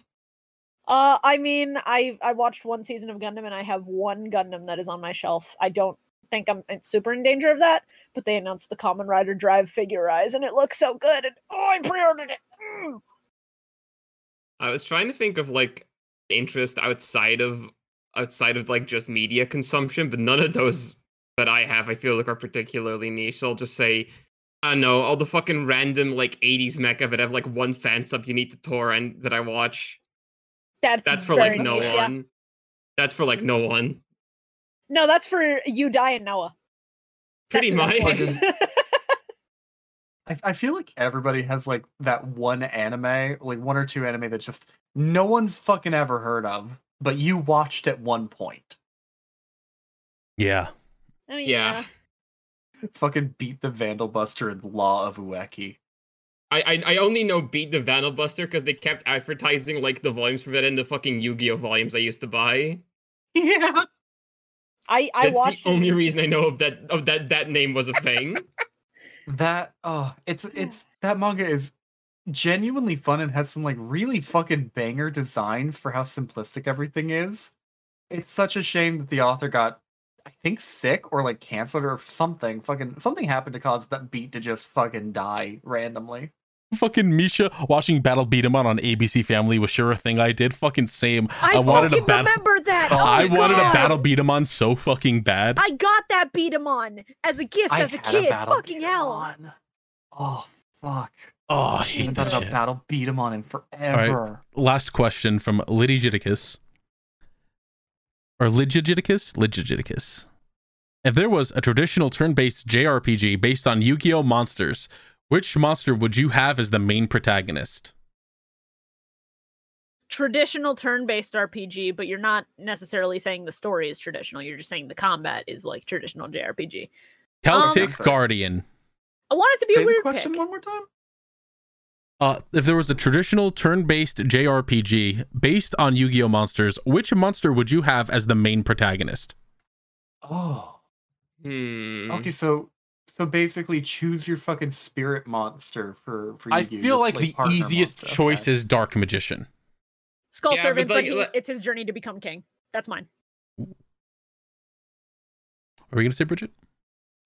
Uh, I mean, I I watched one season of Gundam, and I have one Gundam that is on my shelf. I don't think I'm in- super in danger of that, but they announced the Common Rider Drive figure eyes, and it looks so good, and oh, I pre-ordered it. Mm. I was trying to think of like interest outside of outside of like just media consumption, but none of those that I have I feel like are particularly niche. So I'll just say I don't know, all the fucking random like 80s mecha that have like one fan sub you need to torrent that I watch. That's That's for very like no niche, yeah. one. That's for like no one. No, that's for you, die, and Noah. Pretty That's who much. (laughs) that's for. I, I feel like everybody has like that one anime, like one or two anime that just no one's fucking ever heard of, but you watched at one point. Yeah. I mean, Yeah. yeah. Fucking beat the Vandal Buster in Law of Ueki. (laughs) I, I I only know Beat the Vandal Buster because they kept advertising like the volumes for that in the fucking Yu-Gi-Oh volumes I used to buy. Yeah. I I That's watched. the only reason I know of that of that that name was a thing. That oh, it's Yeah. it's that manga is genuinely fun and has some like really fucking banger designs for how simplistic everything is. It's such a shame that the author got I think sick or like canceled or something. Fucking something happened to cause that beat to just fucking die randomly. Fucking Misha watching Battle Beat 'em Up on ABC Family was sure a thing I did. Fucking same. I, wanted a fucking battle. remember that. Oh, Oh, I wanted God. a Battle Beat 'em on so fucking bad. I got that beat 'em on as a gift I as a had kid. Battle Fucking Beat 'em hell. On. Oh fuck. oh, I I hate haven't that thought about shit. Battle Beat 'em on in forever. Last question from Liddy Jidicus. Or Lidjidicus? Lidjidicus. If there was a traditional turn based JRPG based on Yu Gi Oh! monsters, which monster would you have as the main protagonist? Traditional turn-based RPG, but you're not necessarily saying the story is traditional. You're just saying the combat is like traditional JRPG. Celtic Um, sorry. Guardian. I want it to be Say a the weird question pick. one more time. Uh, if there was a traditional turn based JRPG based on Yu Gi Oh! monsters, which monster would you have as the main protagonist? Oh. (laughs) Mm-hmm. Hmm. Okay, so so basically, choose your fucking spirit monster for for. I Yu-Gi, feel your like play the partner easiest monster. choice Okay. is Dark Magician. Skull Yeah, but servant, but like- he, like- it's his journey to become king. That's mine. Are we going to say Bridget?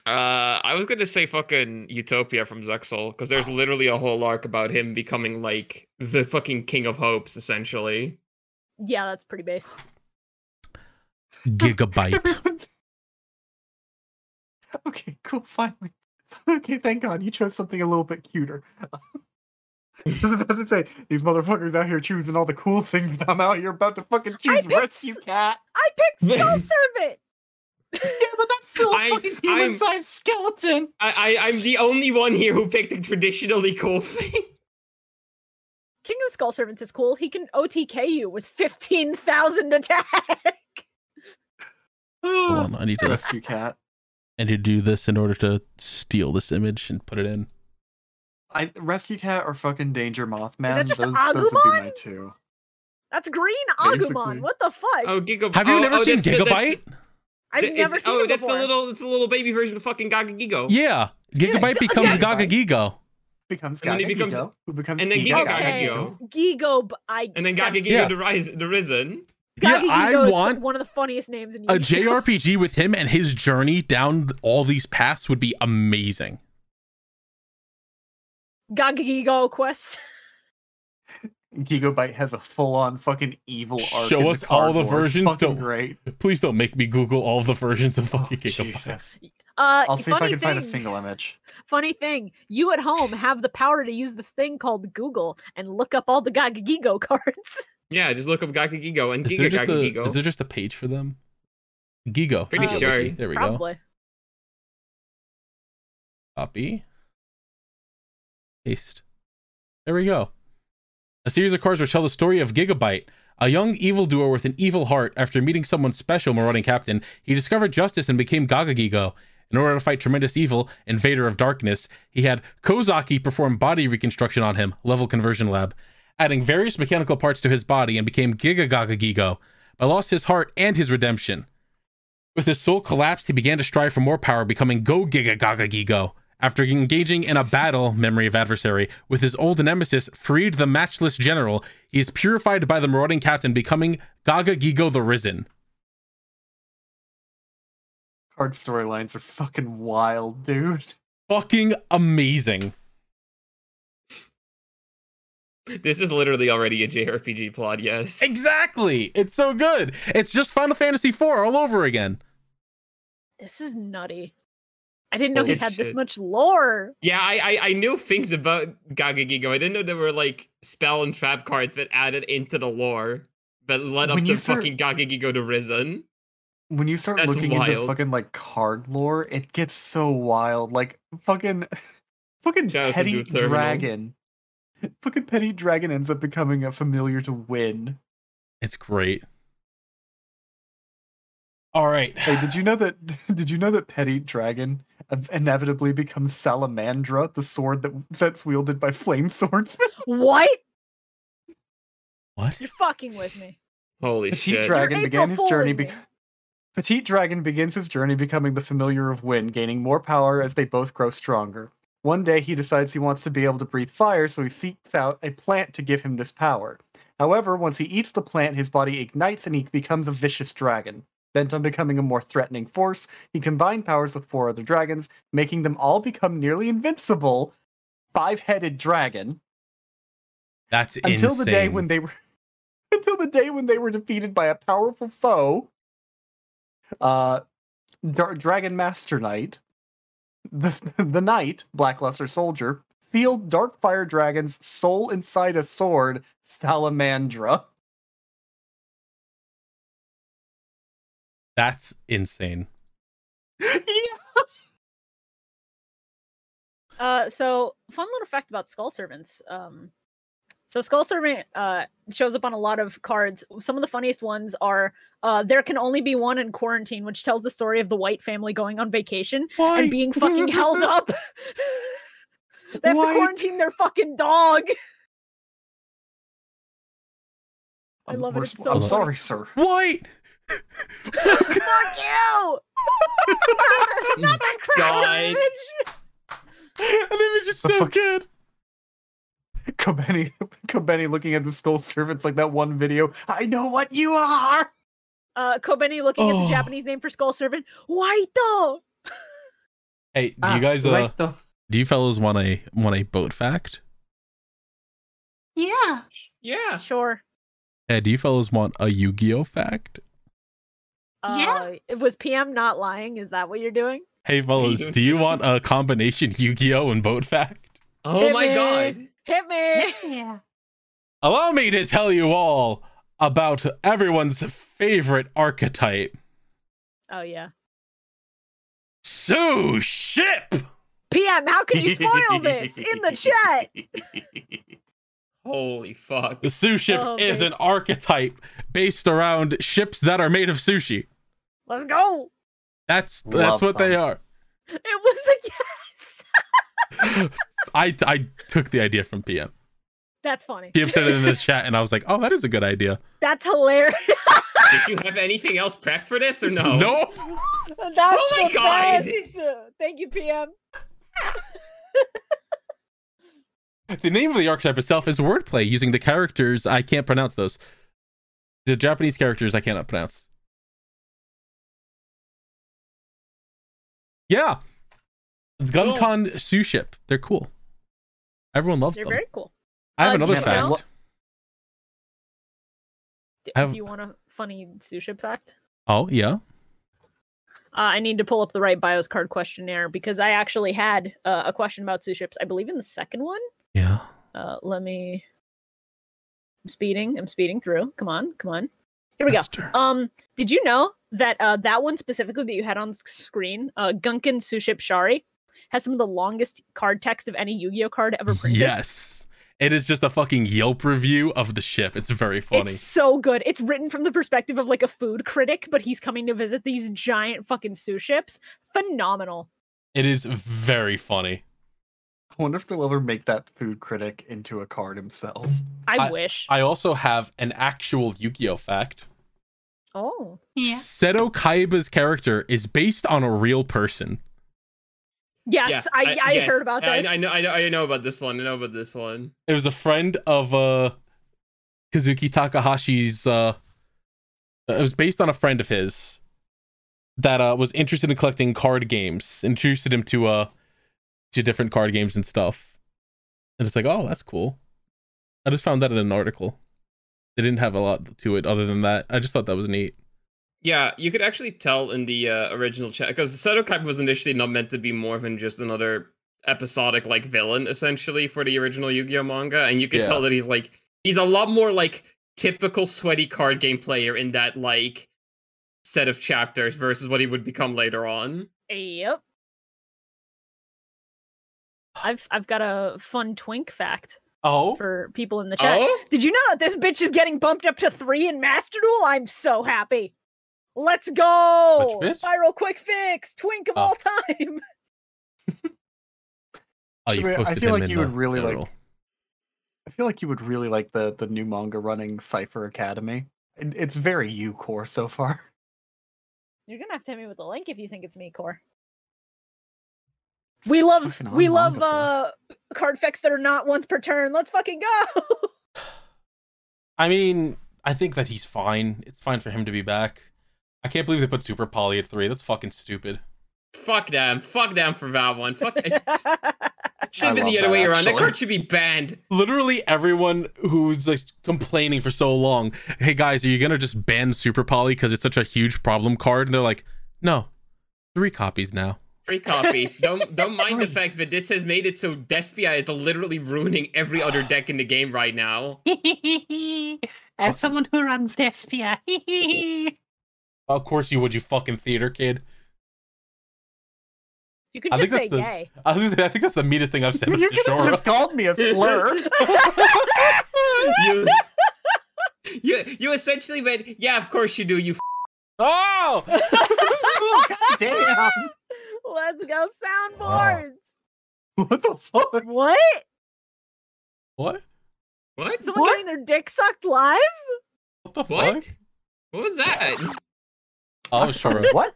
Uh, I was gonna say fucking Utopia from Zexel because there's literally a whole arc about him becoming like the fucking king of hopes, essentially. Yeah, that's pretty base. (laughs) Gigabyte. Everyone- (laughs) (laughs) okay, cool. Finally, (laughs) okay. Thank God you chose something a little bit cuter. (laughs) I was about to say these motherfuckers out here choosing all the cool things. and I'm out here about to fucking choose picked rescue s- cat. I (laughs) picked skull servant. Yeah, but that's still a I- fucking I'm- human-sized skeleton. I, I I'm the only one here who picked a traditionally (laughs) cool thing. King of the Skull Servants is cool. He can OTK you with 15,000 attack. (laughs) Hold (gasps) on, I need to rescue cat. I need to do this in order to steal this image and put it in. I rescue cat or fucking danger mothman. just Those those would be my Agumon? two. That's green Basically. Agumon. What the fuck? Oh, Gigabyte. Have you never seen Gigabyte? I've never seen Oh, it that's before. the little, it's the little baby version of fucking Gaga Gigo. Yeah, Gigabyte becomes yeah. Gaga Gigo. becomes And then he Gaga becomes- Gigo, who becomes and then Giga Giga Gaga Gaga Gigo. Gigo. b- I, And then Gaga Gigo Yeah. the, rise, the Risen. Yeah, Gagi I Gigo is want one of the funniest names in a Yu-Gi-Oh. (laughs) JRPG with him and his journey down all these paths would be amazing. Gaga Gigo quest. (laughs) Gigabyte has a full-on fucking evil arc. Show in us all the cardboard. It's versions, Fucking don't- great. Please don't make me Google all the versions of (laughs) Oh, fucking Gigabyte. Jesus. Uh, I'll see if I funny can thing, find a single image. Funny thing, you at home have the power to use this thing called Google and look up all the Gaga Gigo (laughs) cards. Yeah, just look up Gaga Gigo and Is Giga there, just Gaga a, Gigo. is there just a page for them? Gigo. Pretty Giga sure. Wiki. There we go. Probably. Copy. Paste. There we go. A series of cards which tell the story of Gigabyte, a young evildoer with an evil heart. After meeting someone special, marauding captain, he discovered justice and became Gaga Gigo. In order to fight tremendous evil, invader of darkness, he had Kozaki perform body reconstruction on him, level conversion lab, adding various mechanical parts to his body and became Giga Gaga Gigo, but lost his heart and his redemption. With his soul collapsed, he began to strive for more power, becoming Go Giga Gaga Gigo. After engaging in a battle, memory of adversary, with his old nemesis, freed the matchless general, he is purified by the marauding captain, becoming Gaga Gigo the Risen. Card storylines are fucking wild, dude. Fucking amazing. This is literally already a JRPG plot, yes. Exactly. It's so good. It's just Final Fantasy IV all over again. This is nutty. I didn't know Holy he had this shit. much lore. Yeah, I, I I knew things about Gaga Gigo. I didn't know there were like spell and trap cards that added into the lore that led up When you to start- fucking Gaga Gigo to Risen. when you start That's looking into wild. fucking (laughs) like card lore, it gets so wild. Like fucking Fucking Shout out to petty Dude Thurman. dragon. Fucking petty dragon ends up becoming a familiar to win. It's great. All right. Hey, did you know that? (laughs) Did you know that petty dragon ev- inevitably becomes salamandra, the sword that that's wielded by flame swordsmen? What? What? You're fucking with me. Holy Petite shit. dragon You're began April his journey. fooling Be- me. Petite Dragon begins his journey becoming the familiar of Wind, gaining more power as they both grow stronger. One day, he decides he wants to be able to breathe fire, so he seeks out a plant to give him this power. However, once he eats the plant, his body ignites and he becomes a vicious dragon. Bent on becoming a more threatening force, he combined powers with four other dragons, making them all become nearly invincible. Five headed dragon That's until the day insane. when they were (laughs) until the day when they were defeated by a powerful foe uh Dar- dragon master knight (laughs) the, the knight blackluster soldier field darkfire dragon's soul inside a sword salamandra (laughs) That's insane. yeah. Uh, so fun little fact about skull servants. Um, so skull servant uh, shows up on a lot of cards. Some of the funniest ones are uh, there can only be one in quarantine, which tells the story of the white family going on vacation and being fucking held up. (laughs) they have White. to quarantine their fucking dog. (laughs) I I'm- love it, we're it's s- so i'm funny. sorry sir (laughs) What? (laughs) Fuck you! (laughs) Not the God. crowd image! An image is (laughs) The so fuck- good. kobeni (laughs) kobeni looking at the skull servants like that one video i know what you are Uh, Kobeni looking at Oh. the Japanese name for skull servant. Waito! Hey, do you guys uh do you fellows want a want a boat fact? Yeah. Yeah. Sure. Hey, do you fellows want a Yu-Gi-Oh fact? Uh, Yeah. it Uh, was PM not lying. Is that what you're doing? Hey fellas, doing, do you sis? want a combination Yu-Gi-Oh and boat fact? Oh Hit my me. god. Hit me. Yeah. Allow me to tell you all about everyone's favorite archetype. Oh yeah. Sue ship. PM, how can you spoil this in (laughs) the chat? Holy fuck. The sous ship Oh, is an based- archetype based around ships that are made of sushi. Let's go. That's that's Love what they them. are. It was a (laughs) yes. I I took the idea from PM. That's funny. PM said it in the chat, and I was like, "Oh, that is a good idea." That's hilarious. (laughs) Did you have anything else prepped for this or no? No, That's Oh my the God. best. Thank you, PM. the name of the archetype itself is wordplay using the characters. I can't pronounce those. The Japanese characters I cannot pronounce. Yeah, it's Cool. Guncon sous ship. They're cool. Everyone loves They're them. very cool. I have uh, another do you fact. know? D- I have- Do you want a funny sushi fact? Oh yeah. Uh, I need to pull up the right bios card questionnaire because I actually had uh, a question about sous ships. I believe in the second one. Yeah. Uh, let me. I'm speeding. I'm speeding through. Come on. Come on. Here we go. Um, did you know that uh, that one specifically that you had on s- screen, uh, Gunkin Suship Shari, has some of the longest card text of any Yu-Gi-Oh card (laughs) ever printed? Yes. It is just a fucking Yelp review of the ship. It's very funny. It's so good. It's written from the perspective of like a food critic, but he's coming to visit these giant fucking sous ships. Phenomenal. It is very funny. i wonder if they'll ever make that food critic into a card himself I, wish. I also have an actual Yu-Gi-Oh fact. oh. Yeah. Seto Kaiba's character is based on a real person. Yes, Yeah, I, I, yes, heard about I- this. I, know, I know. I know about this one. I know about this one. It was a friend of uh Kazuki Takahashi's uh it was based on a friend of his that uh was interested in collecting card games, introduced him to uh to different card games and stuff. And it's like, oh, that's cool. I just found that in an article. They didn't have a lot to it other than that. I just thought that was neat. Yeah, you could actually tell in the uh, original chat because Kaib was initially not meant to be more than just another episodic like villain essentially for the original Yu-Gi-Oh manga, and you could Yeah. tell that he's like he's a lot more like typical sweaty card game player in that like set of chapters versus what he would become later on. Yep. I've I've got a fun twink fact Oh, for people in the chat. Oh? Did you know that this bitch is getting bumped up to three in Master Duel? I'm so happy. Let's go! Which bitch? Spiral quick fix, twink of Oh. all time. (laughs) oh you Shabir, I posted feel him like in you the would really like- general. I feel like you would really like the the new manga running Cipher Academy. It- It's very you core so far. You're gonna have to hit me with a link if you think it's me, Core. It's- We it's love fucking we on love manga, uh card effects that are not once per turn. Let's fucking go. I mean, I think that he's fine. It's fine for him to be back. I can't believe they put Super Poly at three. That's fucking stupid. Fuck them. Fuck them for that one. Fuck. (laughs) It should have I been the love other (laughs) way that, around. That actually. card should be banned. Literally everyone who's like complaining for so long, hey guys, are you gonna just ban Super Poly because it's such a huge problem card? And they're like, no, three copies now. Free copies. Don't don't mind the fact that this has made it so Despia is literally ruining every other deck in the game right now. As someone who runs Despia. (laughs) Of course you would, you fucking theater kid. You can I just think that's the- say yay. I, was gonna say, I think that's the meanest thing I've said. (laughs) You could have just called me a slur. (laughs) (laughs) You, you, you essentially went, yeah, of course you do. You. F-. (laughs) (laughs) Oh! Oh, Damn. Let's go soundboards. (laughs) What the fuck? What? What? What? Someone What? getting their dick sucked live? What the What? fuck? What was that? Oh, I I'm was sorry, (laughs) sorry. What?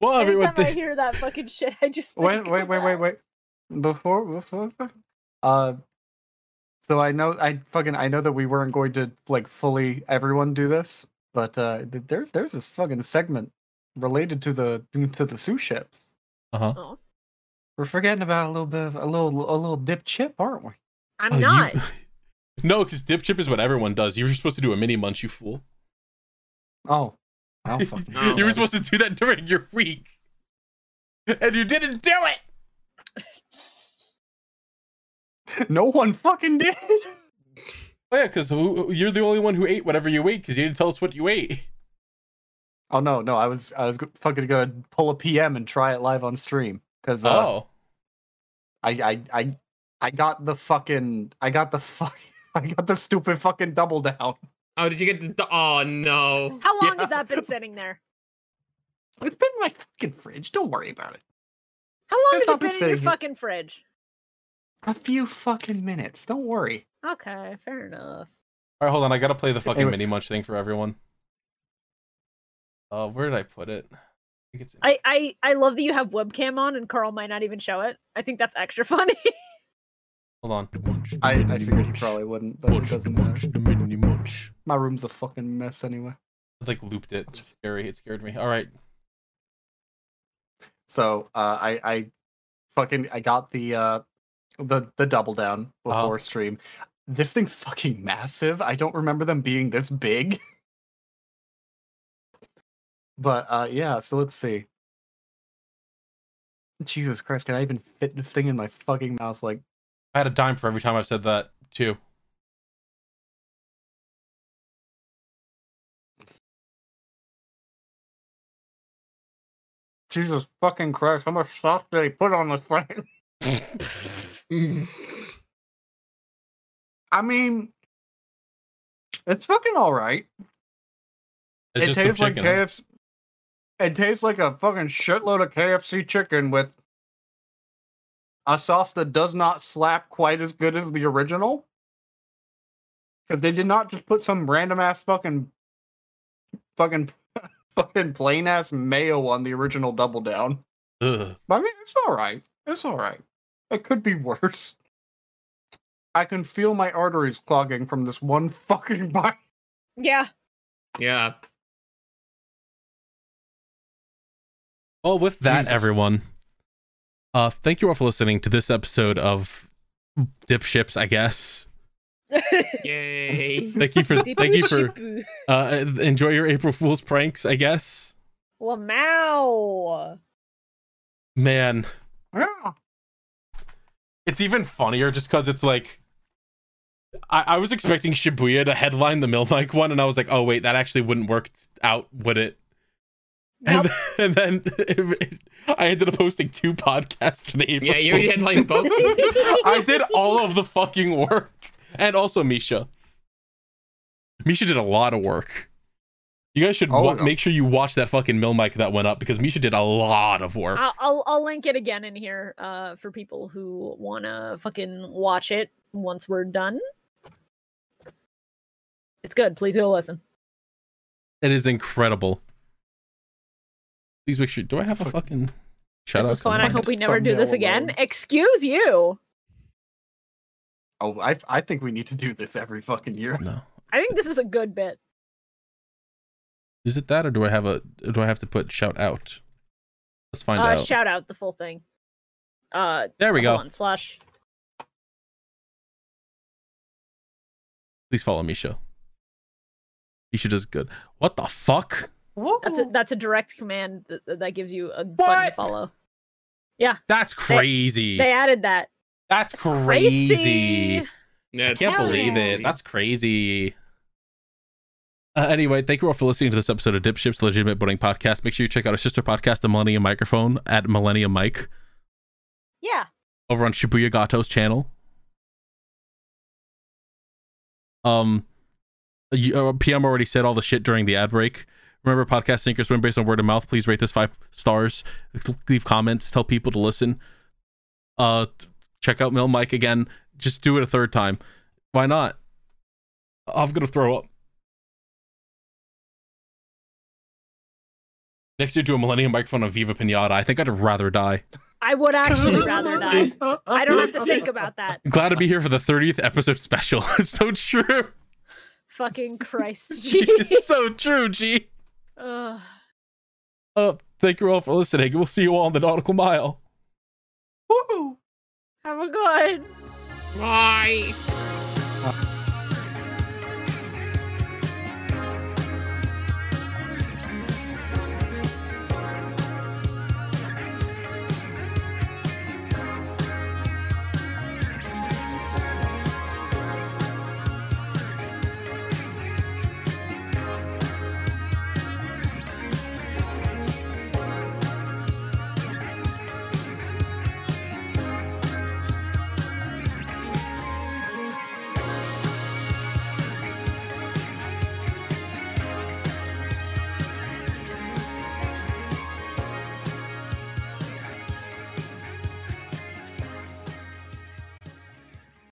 Well, everyone, Anytime I thi- hear that fucking shit, I just Wait, think wait, wait, about- wait, wait. Before, before, uh, so I know I fucking I know that we weren't going to like fully everyone do this, but uh, th- there's there's this fucking segment related to the to the sous chefs. Uh-huh. Oh. We're forgetting about a little bit of a little a little dip chip, aren't we? I'm Oh, you- not. (laughs) no, because dip chip is what everyone does. You were supposed to do a mini munch, you fool. Oh, I (laughs) don't fucking know. you were man. supposed to do that during your week, and you didn't do it. No one fucking did. (laughs) Oh, yeah, because you're the only one who ate whatever you ate because you didn't tell us what you ate. Oh no, no, I was I was go- fucking gonna pull a PM and try it live on stream because uh, oh, I, I I I got the fucking I got the fuck (laughs) I got the stupid fucking double down. (laughs) Oh, did you get the? do- Oh (laughs) no. (laughs) How long Yeah. has that been (laughs) sitting there? It's been in my fucking fridge. Don't worry about it. How long It's has it not been been in your sitting here. fucking fridge? A few fucking minutes. Don't worry. Okay, fair all enough. right, hold on. I gotta play the fucking Anyway. mini munch thing for everyone. Uh, where did I put it? I think it's. I, I I love that you have webcam on and Carl might not even show it. I think that's extra (laughs) funny. Hold on. I, I figured he probably wouldn't, but it doesn't matter. mini munch. My room's a fucking mess anyway. I like looped it. It's scary. It scared me. All right. So uh, I I fucking I got the uh the the double down Uh-huh. before stream. This thing's fucking massive. I don't remember them being this big. but uh yeah, so let's see. Jesus Christ, can I even fit this thing in my fucking mouth like I had a dime for every time I've said that too. Jesus fucking Christ, how much sauce did he put on this thing? (laughs) I mean it's fucking alright. It's it just some tastes like chicken, huh? KFC. It tastes like a fucking shitload of KFC chicken with a sauce that does not slap quite as good as the original. Because they did not just put some random ass fucking, fucking, (laughs) fucking plain ass mayo on the original Double Down. Ugh. But I mean, it's all right. It's all right. It could be (laughs) worse. I can feel my arteries clogging from this one fucking bite. (laughs) yeah. Yeah. Well, with that, Jesus. everyone, uh, thank you all for listening to this episode of Dip Ships, I guess. Yay. Thank (laughs) you for, thank you for, Dibu-shibu. uh, enjoy your April Fool's pranks, I guess. Lamau. Man, Yeah. it's even funnier just because it's like, I, I was expecting Shibuya to headline the Mill Mike one, and I was like, oh, wait, that actually wouldn't work out, would it? (laughs) (laughs) Nope. And, and then I ended up hosting two podcasts for the April. Yeah, you already had like both of them. (laughs) I (laughs) did all of the fucking work. And also Misha. Misha did a lot of work. You guys should Oh, wa- no. make sure you watch that fucking mill mic that went up because Misha did a lot of work. I'll, I'll I'll link it again in here uh, for people who wanna fucking watch it once we're done. It's good. Please go listen. It is incredible. Please make sure. Do I have a fucking shout this out? was fun. I coming? hope we never do this thumbnail again. alone. Excuse you. Oh, I I think we need to do this every fucking year. No. I think this is a good bit. Is it that, or do I have a? Do I have to put shout out? Let's find Uh, out. shout out the full thing. Uh, there we hold go. on, slash. Please follow Misha. Misha does good. What the fuck? That's a Oh. that's a direct command that, that gives you a button to What? follow. That's crazy. They added that. That's crazy. Crazy. Yeah, I can't Hell believe yeah. it. That's crazy. Uh, anyway, thank you all for listening to this episode of Dipship's Legitimate Budding Podcast. Make sure you check out our sister podcast, The Millennium Microphone, at Millennium Mike, Yeah. over on Shibuya Gato's channel. Um, you, uh, PM already said all the shit during the ad break. Remember, podcast sink or swim based on word of mouth. Please rate this five stars. Leave comments. Tell people to listen. Uh, check out Mill Mike again. Just do it a third time. Why not? I'm gonna throw up. Next year, do a Millennium microphone on Viva Pinata. I think I'd rather die. I would (laughs) actually rather die. I don't have to think about that. Glad to be here for the 30th episode special. (laughs) it's so true. (laughs) Fucking Christ. (laughs) (laughs) it's Jeez. so true, G. Ugh. Uh, thank you all for listening. We'll see you all on the Nautical Mile. have a good. Bye.